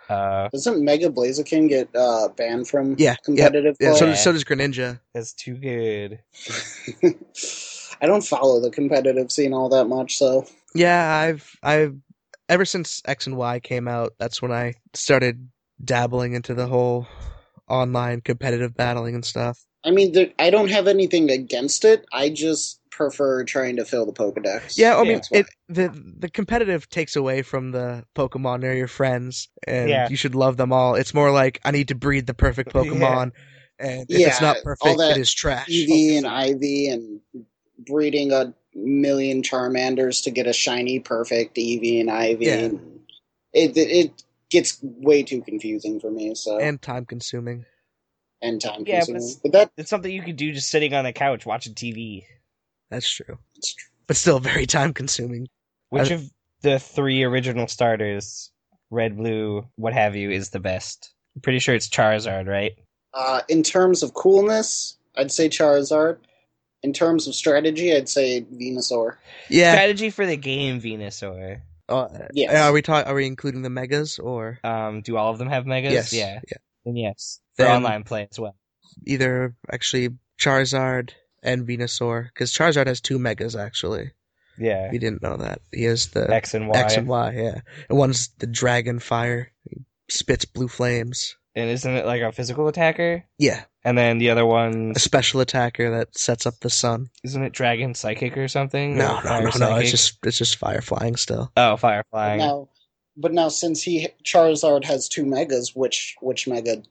[SPEAKER 2] Uh
[SPEAKER 3] Doesn't Mega Blaziken get uh, banned from
[SPEAKER 4] Yeah,
[SPEAKER 3] competitive
[SPEAKER 4] Yeah, so,
[SPEAKER 3] play?
[SPEAKER 2] Yeah.
[SPEAKER 4] so does Greninja.
[SPEAKER 2] that's too good.
[SPEAKER 3] [LAUGHS] I don't follow the competitive scene all that much, so
[SPEAKER 4] Yeah, I've I've ever since X and Y came out, that's when I started dabbling into the whole online competitive battling and stuff.
[SPEAKER 3] I mean, there, I don't have anything against it. I just prefer trying to fill the Pokedex.
[SPEAKER 4] Yeah, I
[SPEAKER 2] Yeah,
[SPEAKER 4] mean
[SPEAKER 3] that's why.
[SPEAKER 4] it the the competitive takes away from the Pokemon or your friends and
[SPEAKER 2] Yeah.
[SPEAKER 4] you should love them all. It's more like I need to breed the perfect
[SPEAKER 2] Yeah.
[SPEAKER 4] Pokemon and if it's
[SPEAKER 3] Yeah,
[SPEAKER 4] not
[SPEAKER 3] all
[SPEAKER 4] perfect
[SPEAKER 3] that
[SPEAKER 4] it is trash.
[SPEAKER 3] Eevee and Ivy and breeding a million Charmanders to get a shiny perfect Eevee and Ivy.
[SPEAKER 4] Yeah.
[SPEAKER 3] And it, it it gets way too confusing for me. So and,
[SPEAKER 4] And time consuming.
[SPEAKER 3] time
[SPEAKER 2] Yeah, but
[SPEAKER 3] consuming.
[SPEAKER 2] it's-
[SPEAKER 3] but that
[SPEAKER 2] It's something you could do just sitting on the couch watching TV.
[SPEAKER 4] That's true.
[SPEAKER 3] It's true.
[SPEAKER 4] But still very time consuming.
[SPEAKER 2] Which
[SPEAKER 4] I-
[SPEAKER 2] of the three original starters, red, blue, what have you, is the best? I'm pretty sure it's Charizard, right?
[SPEAKER 3] Uh, in terms of coolness, I'd say Charizard. In terms of strategy, I'd say Venusaur.
[SPEAKER 4] Yeah.
[SPEAKER 2] Strategy for the game, Venusaur.
[SPEAKER 4] Uh,
[SPEAKER 3] Yes.
[SPEAKER 4] Are we ta- are we including the megas or
[SPEAKER 2] Um, do all of them have megas?
[SPEAKER 4] yes?
[SPEAKER 2] Yeah. Then yes. For
[SPEAKER 4] Then-
[SPEAKER 2] online play as well.
[SPEAKER 4] either actually Charizard and Venusaur, because Charizard has two megas actually.
[SPEAKER 2] Yeah.
[SPEAKER 4] If you didn't know that, he has the X,
[SPEAKER 2] X and Y.
[SPEAKER 4] and Y. Yeah, and one's the Dragon Fire, he spits blue flames.
[SPEAKER 2] And isn't it like a physical attacker?
[SPEAKER 4] Yeah,
[SPEAKER 2] And then the other one,
[SPEAKER 4] a special attacker that sets up the sun.
[SPEAKER 2] isn't it Dragon Psychic or something?
[SPEAKER 4] No,
[SPEAKER 2] Or Mm,
[SPEAKER 4] no, no,
[SPEAKER 2] Fire
[SPEAKER 4] no. It's
[SPEAKER 2] Psychic?
[SPEAKER 4] just it's just fire flying still.
[SPEAKER 2] Oh, Firefly.
[SPEAKER 3] But now, but now since he Charizard has two megas, which which mega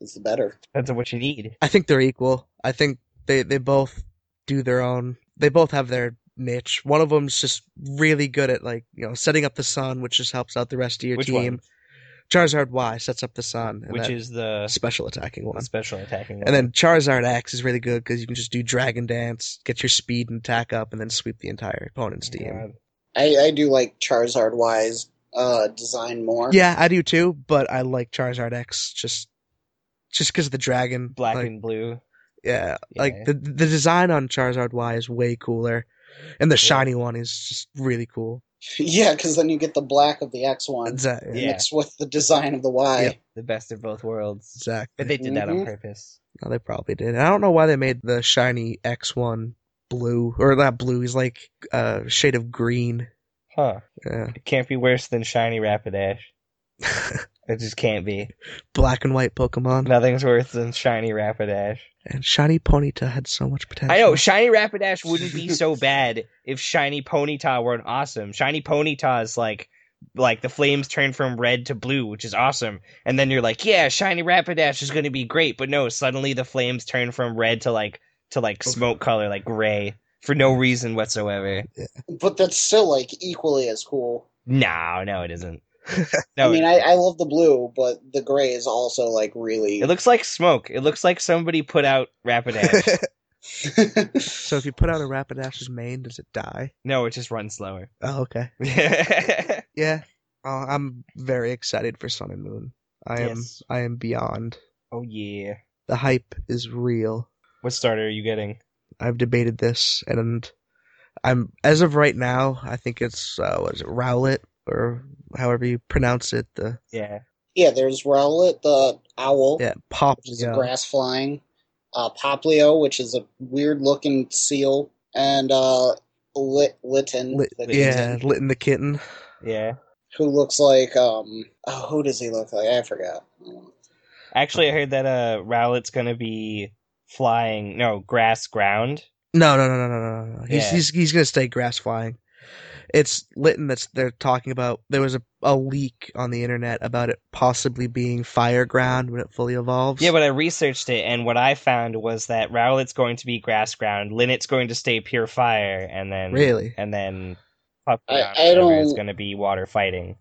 [SPEAKER 3] is the better?
[SPEAKER 2] Depends on what you need.
[SPEAKER 4] I think they're equal. I think they they both do their own. They both have their niche. One of them's just really good at like you know setting up the sun, which just helps out the rest of your
[SPEAKER 2] Which
[SPEAKER 4] team.
[SPEAKER 2] one?
[SPEAKER 4] Charizard Y sets up the sun, and
[SPEAKER 2] Which
[SPEAKER 4] that
[SPEAKER 2] is the
[SPEAKER 4] special attacking one.
[SPEAKER 2] special attacking one.
[SPEAKER 4] And then Charizard X is really good because you can just do Dragon Dance, get your speed and attack up, and then sweep the entire opponent's team.
[SPEAKER 2] God.
[SPEAKER 3] I, I do like Charizard Y's uh, design more.
[SPEAKER 4] Yeah, I do too, but I like Charizard X just just because of the dragon.
[SPEAKER 2] Black
[SPEAKER 4] like,
[SPEAKER 2] and blue.
[SPEAKER 4] yeah, like
[SPEAKER 2] Yeah.
[SPEAKER 4] the the design on Charizard Y is way cooler, and the
[SPEAKER 2] Yeah.
[SPEAKER 4] shiny one is just really cool.
[SPEAKER 3] [LAUGHS] yeah, because then you get the black of the X one
[SPEAKER 4] Exactly.
[SPEAKER 2] Yeah.
[SPEAKER 3] mixed with the design of the Y.
[SPEAKER 4] Yep.
[SPEAKER 2] The best of both worlds.
[SPEAKER 4] Exactly.
[SPEAKER 2] But they did that on
[SPEAKER 3] Mhm.
[SPEAKER 2] purpose.
[SPEAKER 4] No, they probably did. And I don't know why they made the shiny X one blue or not blue. He's like a shade of green. uh,
[SPEAKER 2] Huh.
[SPEAKER 4] Yeah.
[SPEAKER 2] It can't be worse than Shiny Rapidash. [LAUGHS] It just can't be.
[SPEAKER 4] Black and white Pokemon.
[SPEAKER 2] Nothing's worse than Shiny Rapidash.
[SPEAKER 4] And Shiny Ponyta had so much potential.
[SPEAKER 2] I [LAUGHS] know, Shiny Rapidash wouldn't be so bad if Shiny Ponyta weren't awesome. Shiny Ponyta is like like the flames turn from red to blue, which is awesome. And then you're like, yeah, Shiny Rapidash is gonna be great, but no, suddenly the flames turn from red to like to like smoke color, like gray, for no reason whatsoever.
[SPEAKER 3] But that's still like equally as cool.
[SPEAKER 2] No, no, it [LAUGHS] isn't. No,
[SPEAKER 3] I mean,
[SPEAKER 2] it-
[SPEAKER 3] I, I love the blue, but the gray is also like really.
[SPEAKER 2] it looks like smoke. It looks like somebody put out [LAUGHS] Rapidash.
[SPEAKER 3] [LAUGHS]
[SPEAKER 4] so if you put out a Rapidash's mane, does it die?
[SPEAKER 2] No, it just runs slower. [LAUGHS]
[SPEAKER 4] Oh, okay.
[SPEAKER 2] yes.
[SPEAKER 4] Yeah. Oh, I'm very excited for Sun and Moon. I am.
[SPEAKER 2] Yes.
[SPEAKER 4] I am beyond.
[SPEAKER 2] Oh yeah.
[SPEAKER 4] The hype is real.
[SPEAKER 2] What starter are you getting?
[SPEAKER 4] I've debated this, and I'm as of right now. I think it's uh, was it Rowlet or however you pronounce it. The
[SPEAKER 2] Yeah.
[SPEAKER 3] yeah, there's Rowlet the owl,
[SPEAKER 4] yeah, Pop.
[SPEAKER 3] which is a grass flying, uh, Poplio, which is a weird looking seal, and uh, Lit- Litten,
[SPEAKER 4] Lit,
[SPEAKER 3] the
[SPEAKER 4] yeah,
[SPEAKER 3] kitten,
[SPEAKER 4] Litten the kitten.
[SPEAKER 2] Yeah.
[SPEAKER 3] who looks like um, oh, who does he look like? I forgot.
[SPEAKER 2] Actually, I heard that uh Rowlet's gonna be flying, no, grass ground.
[SPEAKER 4] No, no, no, no, no, no, no. He's
[SPEAKER 2] Yeah.
[SPEAKER 4] he's he's gonna stay grass flying. It's Litton that's they're talking about. There was a, a leak on the internet about it possibly being fire ground when it fully evolves.
[SPEAKER 2] Yeah, but I researched it, and what I found was that Rowlet's going to be grass ground, Linnet's going to stay pure fire, and then
[SPEAKER 4] really,
[SPEAKER 2] and then
[SPEAKER 3] I-
[SPEAKER 2] Puffy
[SPEAKER 3] I
[SPEAKER 2] is
[SPEAKER 3] don't-
[SPEAKER 2] going to be water fighting.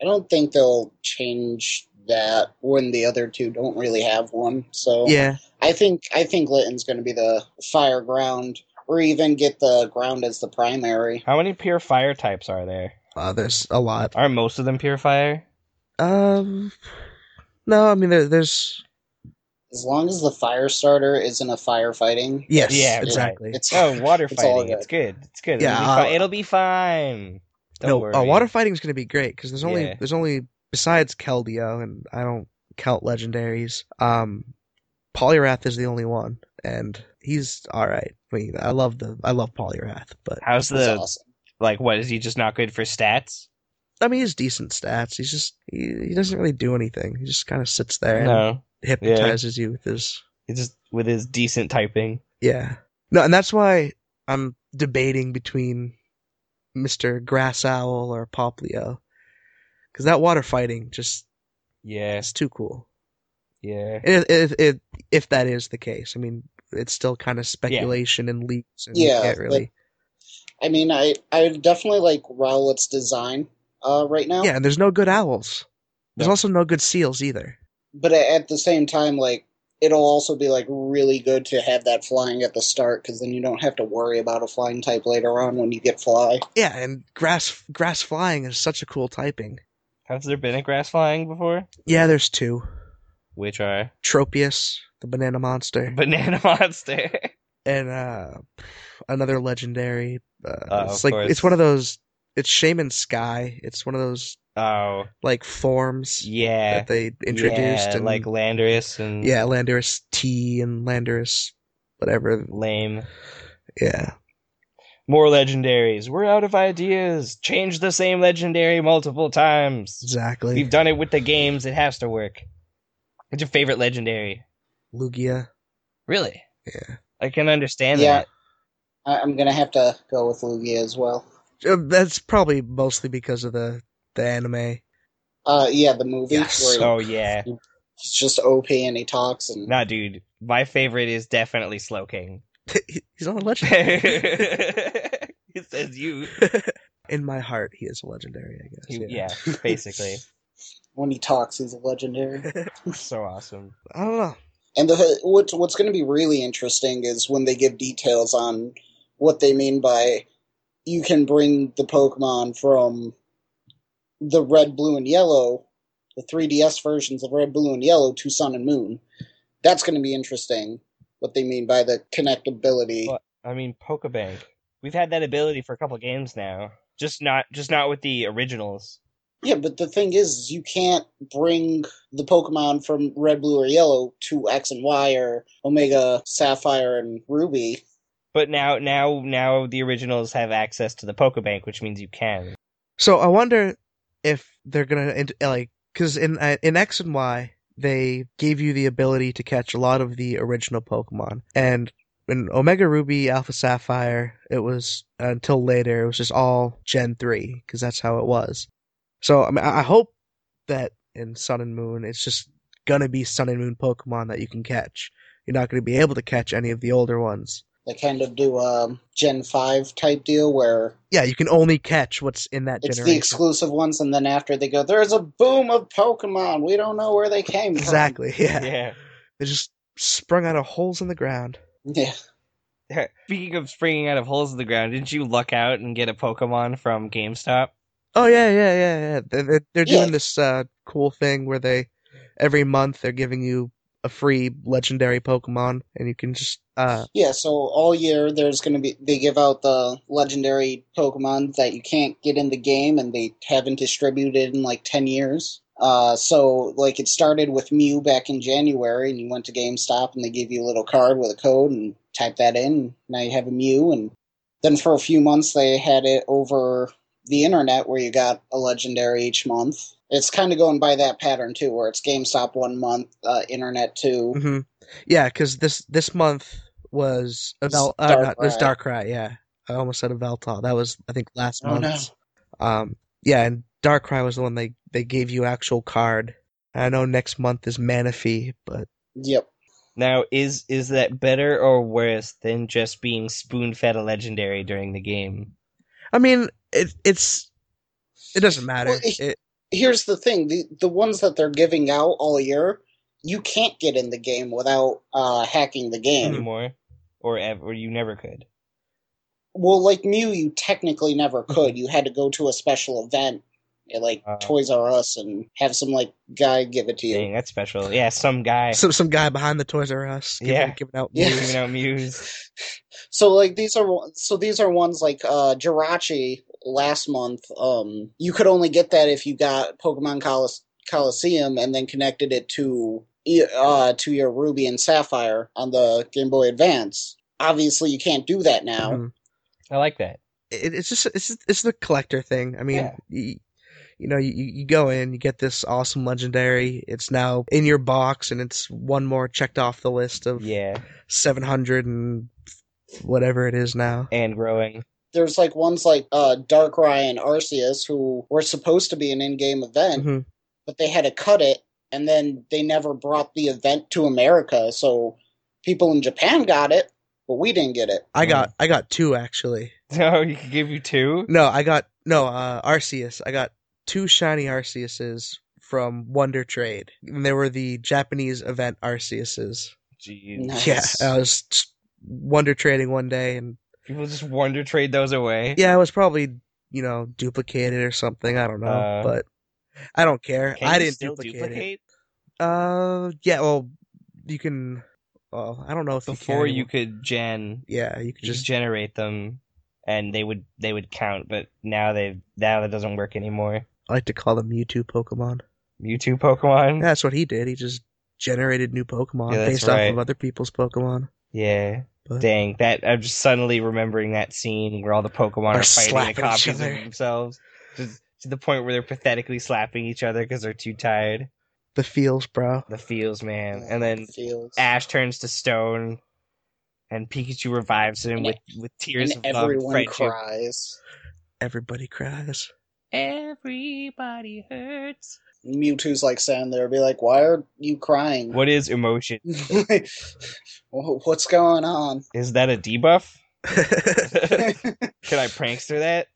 [SPEAKER 3] I don't think they'll change that when the other two don't really have one.
[SPEAKER 2] Oh.
[SPEAKER 3] So
[SPEAKER 4] yeah,
[SPEAKER 3] I think I think Litton's going to be the fire ground, or even get the ground as the primary.
[SPEAKER 2] How many pure fire types are there?
[SPEAKER 4] uh, there's a lot.
[SPEAKER 2] Are most of them pure fire?
[SPEAKER 4] Um, no, I mean there, there's
[SPEAKER 3] As long as the fire starter isn't a firefighting,
[SPEAKER 4] yes,
[SPEAKER 2] Yeah, right.
[SPEAKER 4] exactly.
[SPEAKER 3] [LAUGHS] it's
[SPEAKER 2] Oh, water
[SPEAKER 3] It's all
[SPEAKER 2] fighting. It's good. It's good.
[SPEAKER 4] Yeah,
[SPEAKER 2] it'll, be
[SPEAKER 4] I'll-
[SPEAKER 2] fi- it'll be fine. Don't
[SPEAKER 4] no,
[SPEAKER 2] worry.
[SPEAKER 4] uh, water fighting's gonna be great because there's only
[SPEAKER 2] Yeah.
[SPEAKER 4] there's only besides Keldeo and I don't count legendaries. Um, Polyrath is the only one, and he's all right. I mean, I love the I love Polyrath, but
[SPEAKER 2] How's
[SPEAKER 3] it's
[SPEAKER 2] the
[SPEAKER 3] awesome.
[SPEAKER 2] like? What is he just not good for stats?
[SPEAKER 4] I mean, he's decent stats. He's just he, he doesn't really do anything. He just kind of sits there and
[SPEAKER 2] No,
[SPEAKER 4] hypnotizes you with his
[SPEAKER 2] it's just with his decent typing.
[SPEAKER 4] yeah. No, and that's why I'm debating between Mister Grass Owl or Poplio, because that water fighting just
[SPEAKER 2] Yeah,
[SPEAKER 4] it's too cool.
[SPEAKER 2] yeah.
[SPEAKER 4] It, it, it, if that is the case, I mean, it's still kind of speculation and leaks, and yeah,
[SPEAKER 3] Yeah,
[SPEAKER 4] can't really.
[SPEAKER 3] I mean, I I definitely like Rowlet's design uh, right now.
[SPEAKER 4] Yeah, and there's no good owls. There's
[SPEAKER 2] No.
[SPEAKER 4] also no good seals either.
[SPEAKER 3] but a- at the same time, like it'll also be like really good to have that flying at the start because then you don't have to worry about a flying type later on when you get fly.
[SPEAKER 4] Yeah, and grass grass flying is such a cool typing.
[SPEAKER 2] Has there been a grass flying before?
[SPEAKER 4] Yeah, there's two.
[SPEAKER 2] Which are [LAUGHS]
[SPEAKER 4] Tropius, the banana monster,
[SPEAKER 2] banana monster. [LAUGHS]
[SPEAKER 4] and uh, another legendary. Uh,
[SPEAKER 2] Oh,
[SPEAKER 4] it's
[SPEAKER 2] of
[SPEAKER 4] like
[SPEAKER 2] course.
[SPEAKER 4] it's one of those. It's Shaman Sky. It's one of those
[SPEAKER 2] oh
[SPEAKER 4] like forms
[SPEAKER 2] yeah,
[SPEAKER 4] that they introduced
[SPEAKER 2] yeah,
[SPEAKER 4] and
[SPEAKER 2] like Landorus and
[SPEAKER 4] yeah, Landorus T and Landorus whatever.
[SPEAKER 2] lame.
[SPEAKER 4] Yeah,
[SPEAKER 2] More legendaries. We're out of ideas. Change the same legendary multiple times.
[SPEAKER 4] exactly.
[SPEAKER 2] We've done it with the games. It has to work. What's your favorite legendary?
[SPEAKER 4] Lugia.
[SPEAKER 2] Really?
[SPEAKER 4] Yeah.
[SPEAKER 2] I can understand
[SPEAKER 3] Yeah.
[SPEAKER 2] that.
[SPEAKER 3] I- I'm gonna have to go with Lugia as well.
[SPEAKER 4] Uh, That's probably mostly because of the the anime. [LAUGHS]
[SPEAKER 3] Uh, yeah, the movie
[SPEAKER 4] Yes.
[SPEAKER 3] where
[SPEAKER 2] Oh yeah.
[SPEAKER 3] he's just OP and he talks and
[SPEAKER 2] Nah, dude. My favorite is definitely Slowking.
[SPEAKER 4] He's not a legendary.
[SPEAKER 2] [LAUGHS] it says you.
[SPEAKER 4] [LAUGHS] In my heart, he is a legendary. I guess.
[SPEAKER 2] You- yeah.
[SPEAKER 4] [LAUGHS]
[SPEAKER 2] basically.
[SPEAKER 3] when he talks, he's legendary.
[SPEAKER 2] so awesome.
[SPEAKER 4] I don't know.
[SPEAKER 3] And the what's what's going to be really interesting is when they give details on what they mean by you can bring the Pokemon from the red, blue, and yellow, the 3DS versions of red, blue, and yellow to Sun and Moon. That's going to be interesting. What they mean by the connectability.
[SPEAKER 2] Well, I mean, Pokebank. We've had that ability for a couple games now. Just not, just not with the originals.
[SPEAKER 3] Yeah, but the thing is, is you can't bring the Pokemon from red, blue, or yellow to X and Y or Omega, Sapphire, and Ruby.
[SPEAKER 2] But now, now, now the originals have access to the Pokebank, which means you can.
[SPEAKER 4] So I wonder if they're gonna int- like because in uh, in X and Y they gave you the ability to catch a lot of the original Pokemon, and in Omega Ruby, Alpha Sapphire, it was until later it was just all Gen three because that's how it was. So I mean, I I hope that in Sun and Moon, it's just gonna be Sun and Moon Pokemon that you can catch. You're not gonna be able to catch any of the older ones.
[SPEAKER 3] They kind of do a Gen 5 type deal where
[SPEAKER 4] Yeah, you can only catch what's in that
[SPEAKER 3] it's the
[SPEAKER 4] generation.
[SPEAKER 3] exclusive ones, and then after they go, there's a boom of Pokemon. We don't know where they came
[SPEAKER 4] exactly. [LAUGHS] Yeah.
[SPEAKER 2] Yeah.
[SPEAKER 4] They just sprung out of holes in the ground.
[SPEAKER 3] from. [LAUGHS] Yeah.
[SPEAKER 2] [LAUGHS] Speaking of springing out of holes in the ground, didn't you luck out and get a Pokemon from GameStop?
[SPEAKER 4] Oh yeah, yeah, yeah, yeah. They're, they're, they're doing
[SPEAKER 3] Yeah.
[SPEAKER 4] this uh, cool thing where they every month they're giving you a free legendary Pokemon, and you can just uh,
[SPEAKER 3] Yeah, so all year there's going to be, they give out the legendary Pokemon that you can't get in the game and they haven't distributed in like 10 years. Uh, so, like, it started with Mew back in January and you went to GameStop and they give you a little card with a code and type that in. And now you have a Mew. And then for a few months they had it over the internet where you got a legendary each month. It's kind of going by that pattern too, where it's GameStop one month, uh, Internet 2
[SPEAKER 4] hmm Yeah, because this this month was about uh,
[SPEAKER 3] Darkrai.
[SPEAKER 4] not, it was Darkrai. Yeah, I almost said a Veltal. That was I think last
[SPEAKER 3] Oh,
[SPEAKER 4] month.
[SPEAKER 3] no.
[SPEAKER 4] Um, yeah, and Darkrai was the one they they gave you actual card. I know next month is Manaphy, but
[SPEAKER 3] Yep.
[SPEAKER 2] Now, is is that better or worse than just being spoon fed a legendary during the game?
[SPEAKER 4] I mean it it's it doesn't matter.
[SPEAKER 3] Well, it-
[SPEAKER 4] It-
[SPEAKER 3] Here's the thing: the the ones that they're giving out all year, you can't get in the game without uh, hacking the game.
[SPEAKER 2] Anymore, or ever, or you never could.
[SPEAKER 3] Well, like Mew, you technically never could. You had to go to a special event at like
[SPEAKER 2] Uh-huh.
[SPEAKER 3] Toys R Us and have some like guy give it to you.
[SPEAKER 2] Dang, that's special. Yeah, some guy [LAUGHS]
[SPEAKER 4] some some guy behind the Toys R Us, giving,
[SPEAKER 2] Yeah.
[SPEAKER 4] giving out
[SPEAKER 3] Yeah.
[SPEAKER 4] news.
[SPEAKER 2] giving out Muse.
[SPEAKER 3] So like these are so these are ones like uh Jirachi last month. Um you could only get that if you got Pokemon Colise- Coliseum and then connected it to e- uh to your Ruby and Sapphire on the Game Boy Advance. Obviously you can't do that now.
[SPEAKER 4] Mhm.
[SPEAKER 2] I like that.
[SPEAKER 4] it, it's just it's just- it's the collector thing. I mean,
[SPEAKER 2] Yeah.
[SPEAKER 4] you, you know, you, you go in, you get this awesome legendary. It's now in your box, and it's one more checked off the list of
[SPEAKER 2] Yeah,
[SPEAKER 4] seven hundred and whatever it is now.
[SPEAKER 2] and growing. [LAUGHS]
[SPEAKER 3] There's like ones like uh Darkrai and Arceus who were supposed to be an in-game event,
[SPEAKER 4] Mhm.
[SPEAKER 3] but they had to cut it and then they never brought the event to America. So people in Japan got it, but we didn't get it.
[SPEAKER 4] I got I got two actually.
[SPEAKER 2] No, you could give you two.
[SPEAKER 4] No, I got no uh, Arceus. I got two shiny Arceuses from Wonder Trade, and they were the Japanese event Arceuses.
[SPEAKER 2] Jeez,
[SPEAKER 3] Nice.
[SPEAKER 4] Yeah, I was just wonder trading one day and
[SPEAKER 2] people just wonder trade those away.
[SPEAKER 4] Yeah, it was probably you know duplicated or something. I don't know,
[SPEAKER 2] Uh,
[SPEAKER 4] but I don't care.
[SPEAKER 2] Can
[SPEAKER 4] I
[SPEAKER 2] you
[SPEAKER 4] didn't
[SPEAKER 2] still
[SPEAKER 4] duplicate, it. Uh, yeah. Well, you can. Well, I don't know if
[SPEAKER 2] Before you
[SPEAKER 4] you can.
[SPEAKER 2] could gen,
[SPEAKER 4] Yeah, you could
[SPEAKER 2] just
[SPEAKER 4] just.
[SPEAKER 2] generate them, and they would they would count. But now they now that doesn't work anymore.
[SPEAKER 4] I like to call them Mewtwo Pokemon.
[SPEAKER 2] Mewtwo Pokemon.
[SPEAKER 4] That's what he did. He just generated new Pokemon
[SPEAKER 2] Hmm. Yeah, that's
[SPEAKER 4] based off
[SPEAKER 2] right.
[SPEAKER 4] of other people's Pokemon.
[SPEAKER 2] Yeah.
[SPEAKER 4] But-
[SPEAKER 2] Dang, that I'm just suddenly remembering that scene where all the Pokemon
[SPEAKER 4] Are
[SPEAKER 2] are, fighting the
[SPEAKER 4] slapping each
[SPEAKER 2] copies of
[SPEAKER 4] other.
[SPEAKER 2] themselves. Just to the point where they're pathetically slapping each other because they're too tired.
[SPEAKER 4] The feels, bro.
[SPEAKER 2] The feels, man. And then
[SPEAKER 3] feels.
[SPEAKER 2] Ash turns to stone and Pikachu revives him
[SPEAKER 3] And-
[SPEAKER 2] with, with tears
[SPEAKER 3] and
[SPEAKER 2] of love and
[SPEAKER 3] everyone
[SPEAKER 2] friendship.
[SPEAKER 3] cries.
[SPEAKER 4] Everybody cries. [LAUGHS]
[SPEAKER 2] Everybody hurts.
[SPEAKER 3] Mewtwo's like standing there, be like, "Why are you crying?
[SPEAKER 2] What is emotion?
[SPEAKER 3] Like, [LAUGHS] "Wha- What's going on?" [LAUGHS]
[SPEAKER 2] Is that a
[SPEAKER 4] [LAUGHS]
[SPEAKER 2] debuff? Can
[SPEAKER 3] you
[SPEAKER 2] I prankster that?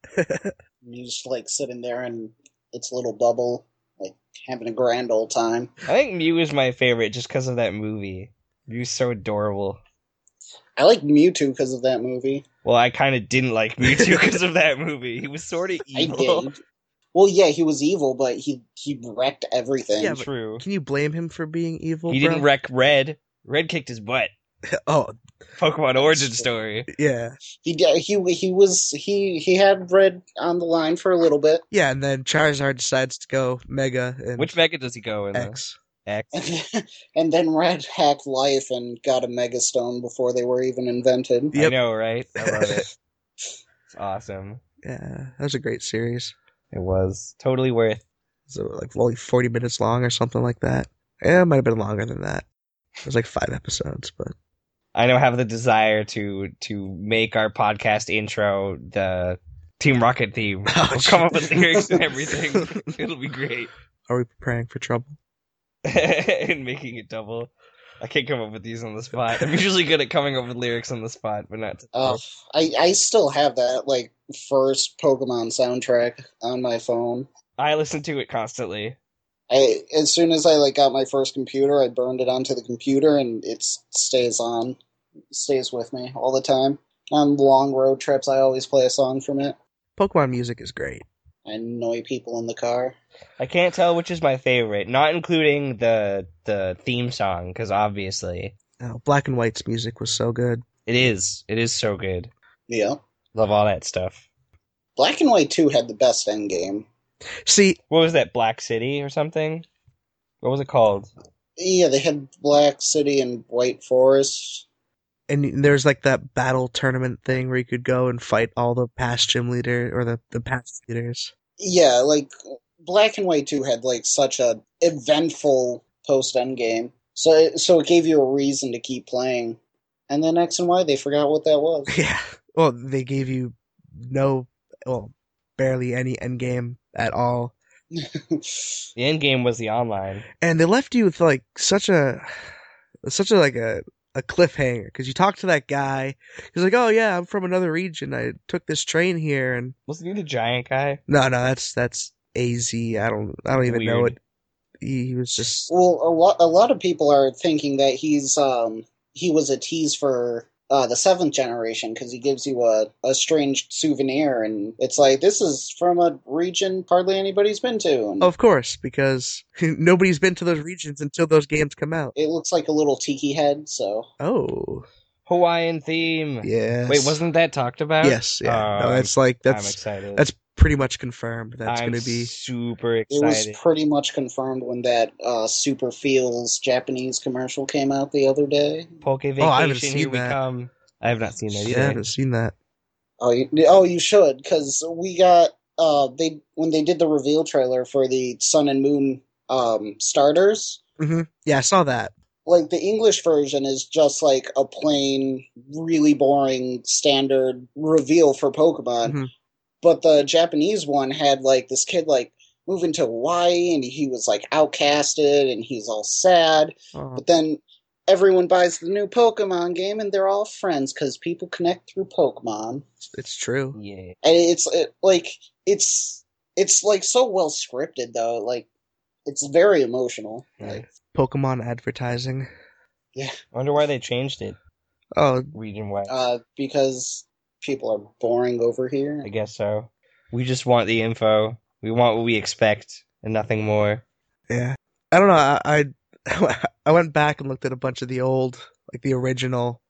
[SPEAKER 3] just like sitting there in its little bubble, like having a grand old time.
[SPEAKER 2] I think Mew is my favorite just because of that movie. Mew's so adorable.
[SPEAKER 3] I like Mewtwo because of that movie.
[SPEAKER 2] Well, I kind of didn't like [LAUGHS] Mewtwo because of that movie. He was sort of [LAUGHS]
[SPEAKER 3] I
[SPEAKER 2] evil.
[SPEAKER 3] did. Well, yeah, he was evil, but he he wrecked everything.
[SPEAKER 4] Yeah, but-
[SPEAKER 2] True.
[SPEAKER 4] Can you blame him for being evil?
[SPEAKER 2] He
[SPEAKER 4] bro?
[SPEAKER 2] didn't wreck Red. Red kicked his butt.
[SPEAKER 4] oh,
[SPEAKER 2] Pokemon Origin story.
[SPEAKER 4] yeah,
[SPEAKER 3] He d- he he was he he had Red on the line for a little bit,
[SPEAKER 4] yeah. And then Charizard decides to go Mega and
[SPEAKER 2] Which Mega does he go in? though?
[SPEAKER 4] X.
[SPEAKER 2] X.
[SPEAKER 3] and then, [LAUGHS] and then Red hacked life and got a Mega Stone before they were even invented.
[SPEAKER 4] [LAUGHS] Yep.
[SPEAKER 2] I know, right? I love it. it's awesome.
[SPEAKER 4] Yeah, that was a great series.
[SPEAKER 2] It was totally worth.
[SPEAKER 4] So like only forty minutes long or something like that. Yeah, it might have been longer than that. It was like five episodes,
[SPEAKER 2] [LAUGHS]
[SPEAKER 4] but
[SPEAKER 2] I now have the desire to to make our podcast intro the Team Rocket theme.
[SPEAKER 4] [LAUGHS] Oh,
[SPEAKER 2] we'll come up with
[SPEAKER 4] geez.
[SPEAKER 2] lyrics and everything. [LAUGHS] It'll be great.
[SPEAKER 4] [LAUGHS] are we preparing for trouble?
[SPEAKER 2] [LAUGHS] and making it double. I can't come up with these on the spot. I'm usually good at coming up with lyrics on the spot, but not.
[SPEAKER 3] Oh, I, I still have that like first Pokemon soundtrack on my phone.
[SPEAKER 2] I listen to it constantly.
[SPEAKER 3] I as soon as I like got my first computer, I burned it onto the computer, and it s- stays on, stays with me all the time. On long road trips, I always play a song from it.
[SPEAKER 4] Pokemon music is great.
[SPEAKER 3] I annoy people in the car.
[SPEAKER 2] I can't tell which is my favorite, not including the the theme song, because obviously
[SPEAKER 4] Oh, Black and White's music was so good.
[SPEAKER 2] it is. It is so good.
[SPEAKER 3] Yeah,
[SPEAKER 2] Love all that stuff.
[SPEAKER 3] Black and White Two had the best end game.
[SPEAKER 4] See,
[SPEAKER 2] What was that? Black City or something? What was it called?
[SPEAKER 3] Yeah, they had Black City and White Forest.
[SPEAKER 4] and there's like that battle tournament thing where you could go and fight all the past gym leader or the the past leaders.
[SPEAKER 3] Yeah, like Black and White Two had like such a eventful post end game, so it, so it gave you a reason to keep playing. And then X and Y, they forgot what that was. [LAUGHS]
[SPEAKER 4] [LAUGHS] Yeah. Well, they gave you no, well, barely any end game at all,
[SPEAKER 2] The end game was the online.
[SPEAKER 4] and they left you with like such a, such a like a a cliffhanger because you talk to that guy, he's like, oh yeah, I'm from another region. I took this train here, and
[SPEAKER 2] Wasn't he the giant guy?
[SPEAKER 4] no, no, that's that's AZ. I don't, I don't even know
[SPEAKER 2] Weird.
[SPEAKER 4] it. He, he was just
[SPEAKER 3] well, a lot a lot of people are thinking that he's um he was a tease for. Uh, the seventh generation because he gives you a, a strange souvenir and it's like this is from a region hardly anybody's been to and
[SPEAKER 4] Of course, because [LAUGHS] nobody's been to those regions until those games come out.
[SPEAKER 3] it looks like a little tiki head so
[SPEAKER 4] Oh,
[SPEAKER 2] Hawaiian theme.
[SPEAKER 4] yes.
[SPEAKER 2] Wait, wasn't that talked about?
[SPEAKER 4] yes, yeah. no,
[SPEAKER 2] Um,
[SPEAKER 4] that's like
[SPEAKER 2] I'm
[SPEAKER 4] that's
[SPEAKER 2] excited.
[SPEAKER 4] that's pretty much confirmed. That's
[SPEAKER 2] I'm
[SPEAKER 4] going to be
[SPEAKER 2] super
[SPEAKER 3] It was
[SPEAKER 2] excited.
[SPEAKER 3] pretty much confirmed when that uh, Super Feels Japanese commercial came out the other day.
[SPEAKER 2] Poke Vacation.
[SPEAKER 4] Oh, I haven't
[SPEAKER 2] here
[SPEAKER 4] seen
[SPEAKER 2] we
[SPEAKER 4] that.
[SPEAKER 2] come. I have not seen that
[SPEAKER 4] yeah, I
[SPEAKER 2] either.
[SPEAKER 4] haven't seen that.
[SPEAKER 3] Oh, you, oh, you should because we got uh, they when they did the reveal trailer for the Sun and Moon um, starters.
[SPEAKER 4] hmm Yeah, I saw that.
[SPEAKER 3] Like the English version is just like a plain, really boring standard reveal for Pokemon.
[SPEAKER 4] Mhm.
[SPEAKER 3] but the Japanese one had like this kid like moving to Hawaii and he was like outcasted and he's all sad.
[SPEAKER 4] Oh,
[SPEAKER 3] But then everyone buys the new Pokemon game and they're all friends because people connect through Pokemon.
[SPEAKER 4] it's true.
[SPEAKER 2] Yeah.
[SPEAKER 3] And it's it, like it's it's like so well scripted though. Like it's very emotional. Like,
[SPEAKER 4] Pokemon advertising.
[SPEAKER 2] Wonder why they changed it
[SPEAKER 4] Oh,
[SPEAKER 2] region wide.
[SPEAKER 3] uh, because people are boring over here.
[SPEAKER 2] I guess so. We just want the info. We want what we expect and nothing more.
[SPEAKER 4] yeah. I don't know. I I, [LAUGHS] I went back and looked at a bunch of the old, like the original,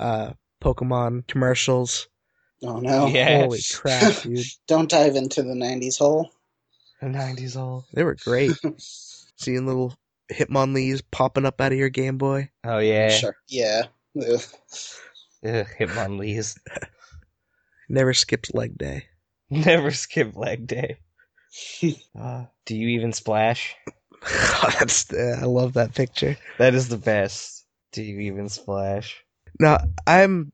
[SPEAKER 4] uh, Pokemon commercials.
[SPEAKER 3] Oh no! [LAUGHS]
[SPEAKER 2] Yeah.
[SPEAKER 4] Holy crap, dude!
[SPEAKER 3] Don't dive into the '90s hole. [LAUGHS]
[SPEAKER 2] The 90s all.
[SPEAKER 4] They were [LAUGHS] great. Seeing little Hitmonlees popping up out of your Game Boy.
[SPEAKER 2] Oh, yeah.
[SPEAKER 3] Sure. Yeah. Ugh. [LAUGHS]
[SPEAKER 2] Ugh, Hitmonlees.
[SPEAKER 4] Never skipped leg day.
[SPEAKER 2] [LAUGHS]
[SPEAKER 4] [LAUGHS]
[SPEAKER 2] Never skip leg day. Uh, do you even splash?
[SPEAKER 4] That's uh, I love that picture.
[SPEAKER 2] That is the best. Do you even splash?
[SPEAKER 4] Now I'm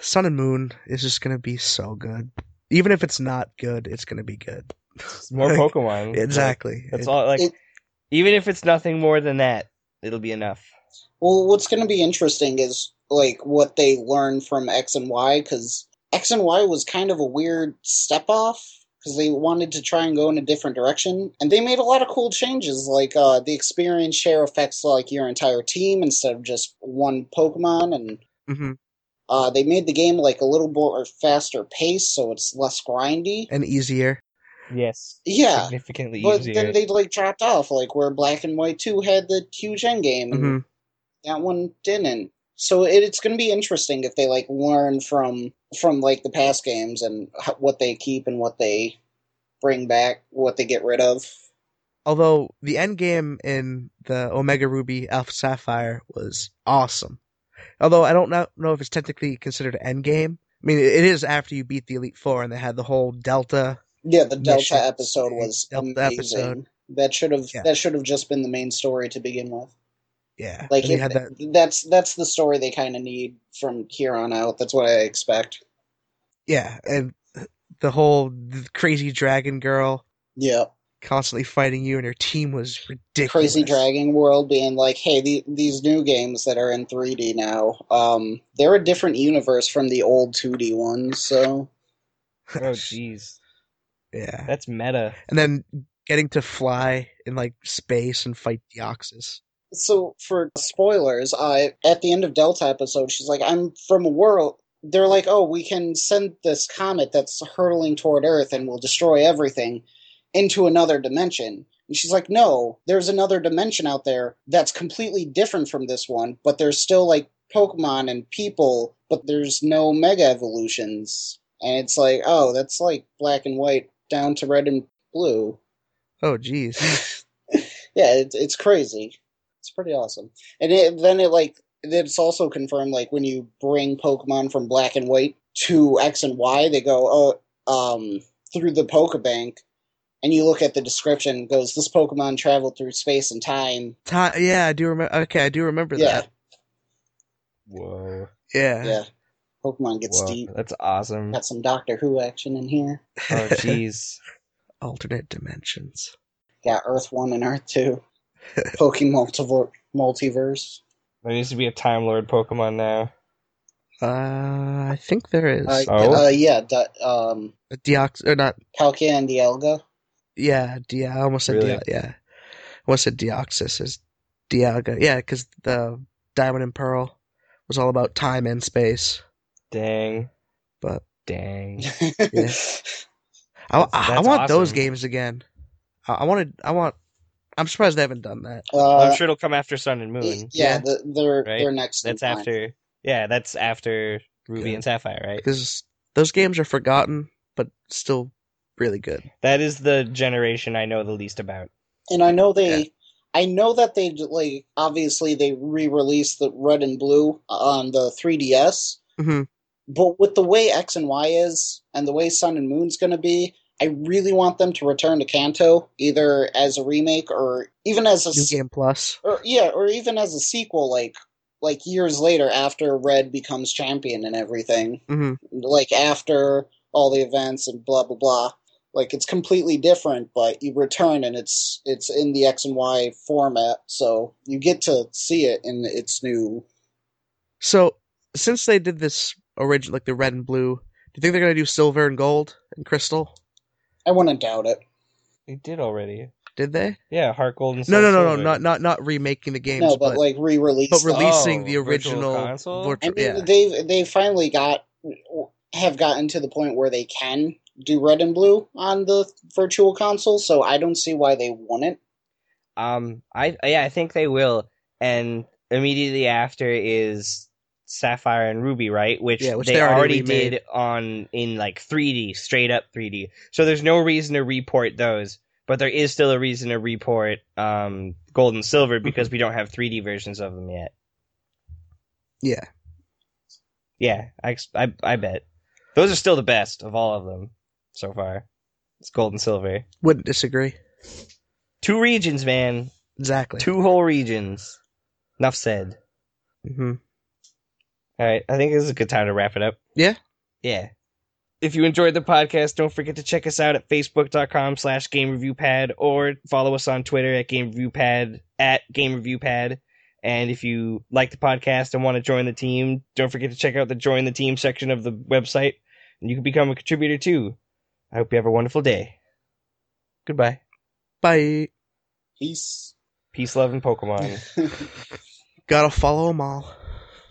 [SPEAKER 4] Sun and Moon is just gonna be so good. Even if it's not good, it's gonna be good.
[SPEAKER 2] It's more
[SPEAKER 4] [LAUGHS] Like,
[SPEAKER 2] Pokemon.
[SPEAKER 4] Exactly.
[SPEAKER 2] Like, that's
[SPEAKER 4] It-
[SPEAKER 2] all. Like,
[SPEAKER 3] It-
[SPEAKER 2] even if it's nothing more than that, it'll be enough.
[SPEAKER 3] Well, what's going to be interesting is like what they learn from X and Y because X and Y was kind of a weird step off because they wanted to try and go in a different direction, and they made a lot of cool changes. Like uh, the experience share affects like your entire team instead of just one Pokemon, and
[SPEAKER 4] mhm.
[SPEAKER 3] uh, they made the game like a little more faster paced, so it's less grindy.
[SPEAKER 4] And easier.
[SPEAKER 2] Yes.
[SPEAKER 3] Yeah,
[SPEAKER 2] Significantly
[SPEAKER 3] Uh, but
[SPEAKER 2] easier.
[SPEAKER 3] then they like dropped off, like where Black and White Two had the huge end game, and
[SPEAKER 4] hmm
[SPEAKER 3] that one didn't so it, it's going to be interesting if they like learn from from like the past games and h- what they keep and what they bring back what they get rid of
[SPEAKER 4] Although the end game in the Omega Ruby Alpha Sapphire was awesome. Although I don't know know if it's technically considered an end game. I mean, it is after you beat the Elite Four, and they had the whole Delta
[SPEAKER 3] yeah the delta
[SPEAKER 4] Mission.
[SPEAKER 3] episode was
[SPEAKER 4] Delta
[SPEAKER 3] amazing
[SPEAKER 4] episode.
[SPEAKER 3] that should have
[SPEAKER 4] Yeah.
[SPEAKER 3] that should have just been the main story to begin with
[SPEAKER 4] Yeah,
[SPEAKER 3] like
[SPEAKER 4] and they
[SPEAKER 3] if,
[SPEAKER 4] had that.
[SPEAKER 3] that's that's the story they kind of need from here on out that's what i expect
[SPEAKER 4] Yeah, and the whole th- crazy dragon girl
[SPEAKER 3] yeah
[SPEAKER 4] constantly fighting you, and her team was ridiculous.
[SPEAKER 3] Crazy Dragon World being like, hey, the, these new games that are in 3D now, um, they're a different universe from the old 2D ones. So [LAUGHS]
[SPEAKER 2] oh, jeez.
[SPEAKER 4] Yeah,
[SPEAKER 2] That's meta.
[SPEAKER 4] and then getting to fly in like space and fight Deoxys.
[SPEAKER 3] So for spoilers, I at the end of Delta episode, she's like, "I'm from a world." They're like, "Oh, we can send this comet that's hurtling toward Earth and will destroy everything into another dimension." And she's like, "No, there's another dimension out there that's completely different from this one, but there's still like Pokemon and people, but there's no mega evolutions." And it's like, "Oh, that's like black and white down to red and blue."
[SPEAKER 4] Oh, jeez.
[SPEAKER 3] [LAUGHS] yeah, it, it's crazy. It's pretty awesome. And it, then it like it's also confirmed like when you bring Pokemon from Black and White to X and Y, they go oh um through the Pokebank, and you look at the description, it goes, "This Pokemon traveled through space and time."
[SPEAKER 4] Ti- yeah, I do remember. Okay, I do remember
[SPEAKER 3] Yeah.
[SPEAKER 4] that.
[SPEAKER 2] Whoa.
[SPEAKER 4] Yeah.
[SPEAKER 3] Yeah, Pokemon gets
[SPEAKER 2] Whoa.
[SPEAKER 3] deep.
[SPEAKER 2] That's awesome.
[SPEAKER 3] Got some Doctor Who action in here.
[SPEAKER 2] Oh, jeez.
[SPEAKER 4] [LAUGHS] Alternate dimensions.
[SPEAKER 3] Got Earth One and Earth Two. Poking multiver- multiverse.
[SPEAKER 2] There needs to be a Time Lord Pokemon now.
[SPEAKER 4] Uh, I think there is
[SPEAKER 3] Uh,
[SPEAKER 2] Oh.
[SPEAKER 3] uh, yeah, di- um,
[SPEAKER 4] a deox or not.
[SPEAKER 3] Palkia and Dialga.
[SPEAKER 4] Yeah, De- I almost said
[SPEAKER 2] Really?
[SPEAKER 4] Deo- yeah. I almost said Deoxys is Dialga. Yeah, because the Diamond and Pearl was all about time and space.
[SPEAKER 2] Dang.
[SPEAKER 4] But
[SPEAKER 2] Dang.
[SPEAKER 3] [LAUGHS]
[SPEAKER 4] Yeah. I,
[SPEAKER 2] That's-
[SPEAKER 4] I, I
[SPEAKER 2] that's
[SPEAKER 4] want those
[SPEAKER 2] awesome.
[SPEAKER 4] games again. I, I wanted. I want. I'm surprised they haven't done that.
[SPEAKER 3] Uh,
[SPEAKER 2] I'm sure it'll come after Sun and
[SPEAKER 3] yeah,
[SPEAKER 2] Moon.
[SPEAKER 3] the, they're
[SPEAKER 2] Right?
[SPEAKER 3] they're next. in
[SPEAKER 2] That's
[SPEAKER 3] line.
[SPEAKER 2] after. Yeah, that's after Ruby
[SPEAKER 4] Yeah.
[SPEAKER 2] and Sapphire, right?
[SPEAKER 4] because those games are forgotten but still really good.
[SPEAKER 2] That is the generation I know the least about.
[SPEAKER 3] and I know they, I know that they like obviously they re-released the Red and Blue on the 3DS,
[SPEAKER 2] Mm-hmm.
[SPEAKER 4] hmm
[SPEAKER 3] but with the way X and Y is and the way Sun and Moon's going to be, I really want them to return to Kanto either as a remake or even as a
[SPEAKER 4] New
[SPEAKER 3] s-
[SPEAKER 4] Game Plus.
[SPEAKER 3] or yeah, or even as a sequel like like years later after Red becomes champion and everything,
[SPEAKER 4] hmm
[SPEAKER 3] like after all the events and blah blah blah. Like it's completely different, but you return and it's it's in the X and Y format, so you get to see it in its new.
[SPEAKER 4] So since they did this original, like the red and blue, do you think they're gonna do silver and gold and crystal?
[SPEAKER 3] I wouldn't doubt it.
[SPEAKER 2] They did already.
[SPEAKER 4] Did they?
[SPEAKER 2] Yeah, Heart Gold and Soul
[SPEAKER 4] no, no, no, no,
[SPEAKER 2] Silver.
[SPEAKER 4] not not not remaking the games,
[SPEAKER 3] no,
[SPEAKER 4] but
[SPEAKER 3] but like re-release.
[SPEAKER 4] but
[SPEAKER 3] stuff.
[SPEAKER 4] releasing
[SPEAKER 2] Oh,
[SPEAKER 4] the
[SPEAKER 2] virtual
[SPEAKER 4] original
[SPEAKER 2] console?
[SPEAKER 4] virtu-
[SPEAKER 3] I mean,
[SPEAKER 4] yeah.
[SPEAKER 3] they've they finally got have gotten to the point where they can do red and blue on the virtual console, so I don't see why they wouldn't.
[SPEAKER 2] Um, I yeah, I think they will. And immediately after is Sapphire and Ruby, right? Which,
[SPEAKER 4] Yeah, which
[SPEAKER 2] they,
[SPEAKER 4] they already
[SPEAKER 2] already,
[SPEAKER 4] remade.
[SPEAKER 2] did on in like 3D, straight up 3D. So there's no reason to report those, but there is still a reason to report um Gold and Silver
[SPEAKER 4] Mm-hmm.
[SPEAKER 2] because we don't have 3D versions of them yet.
[SPEAKER 4] Yeah.
[SPEAKER 2] Yeah, I ex- I, I bet those are still the best of all of them so far. It's Gold and Silver.
[SPEAKER 4] Wouldn't disagree.
[SPEAKER 2] Two regions, man.
[SPEAKER 4] Exactly.
[SPEAKER 2] Two whole regions. Enough said.
[SPEAKER 4] hmm
[SPEAKER 2] All right, I think this is a good time to wrap it up.
[SPEAKER 4] Yeah?
[SPEAKER 2] Yeah. If you enjoyed the podcast, don't forget to check us out at facebook.com slash game review pad or follow us on Twitter at game review pad at game review pad. And if you like the podcast and want to join the team, don't forget to check out the join the team section of the website and you can become a contributor too. I hope you have a wonderful day. Goodbye.
[SPEAKER 4] Bye.
[SPEAKER 3] Peace.
[SPEAKER 2] Peace, love, and Pokemon.
[SPEAKER 4] Gotta follow them all.
[SPEAKER 2] [LAUGHS]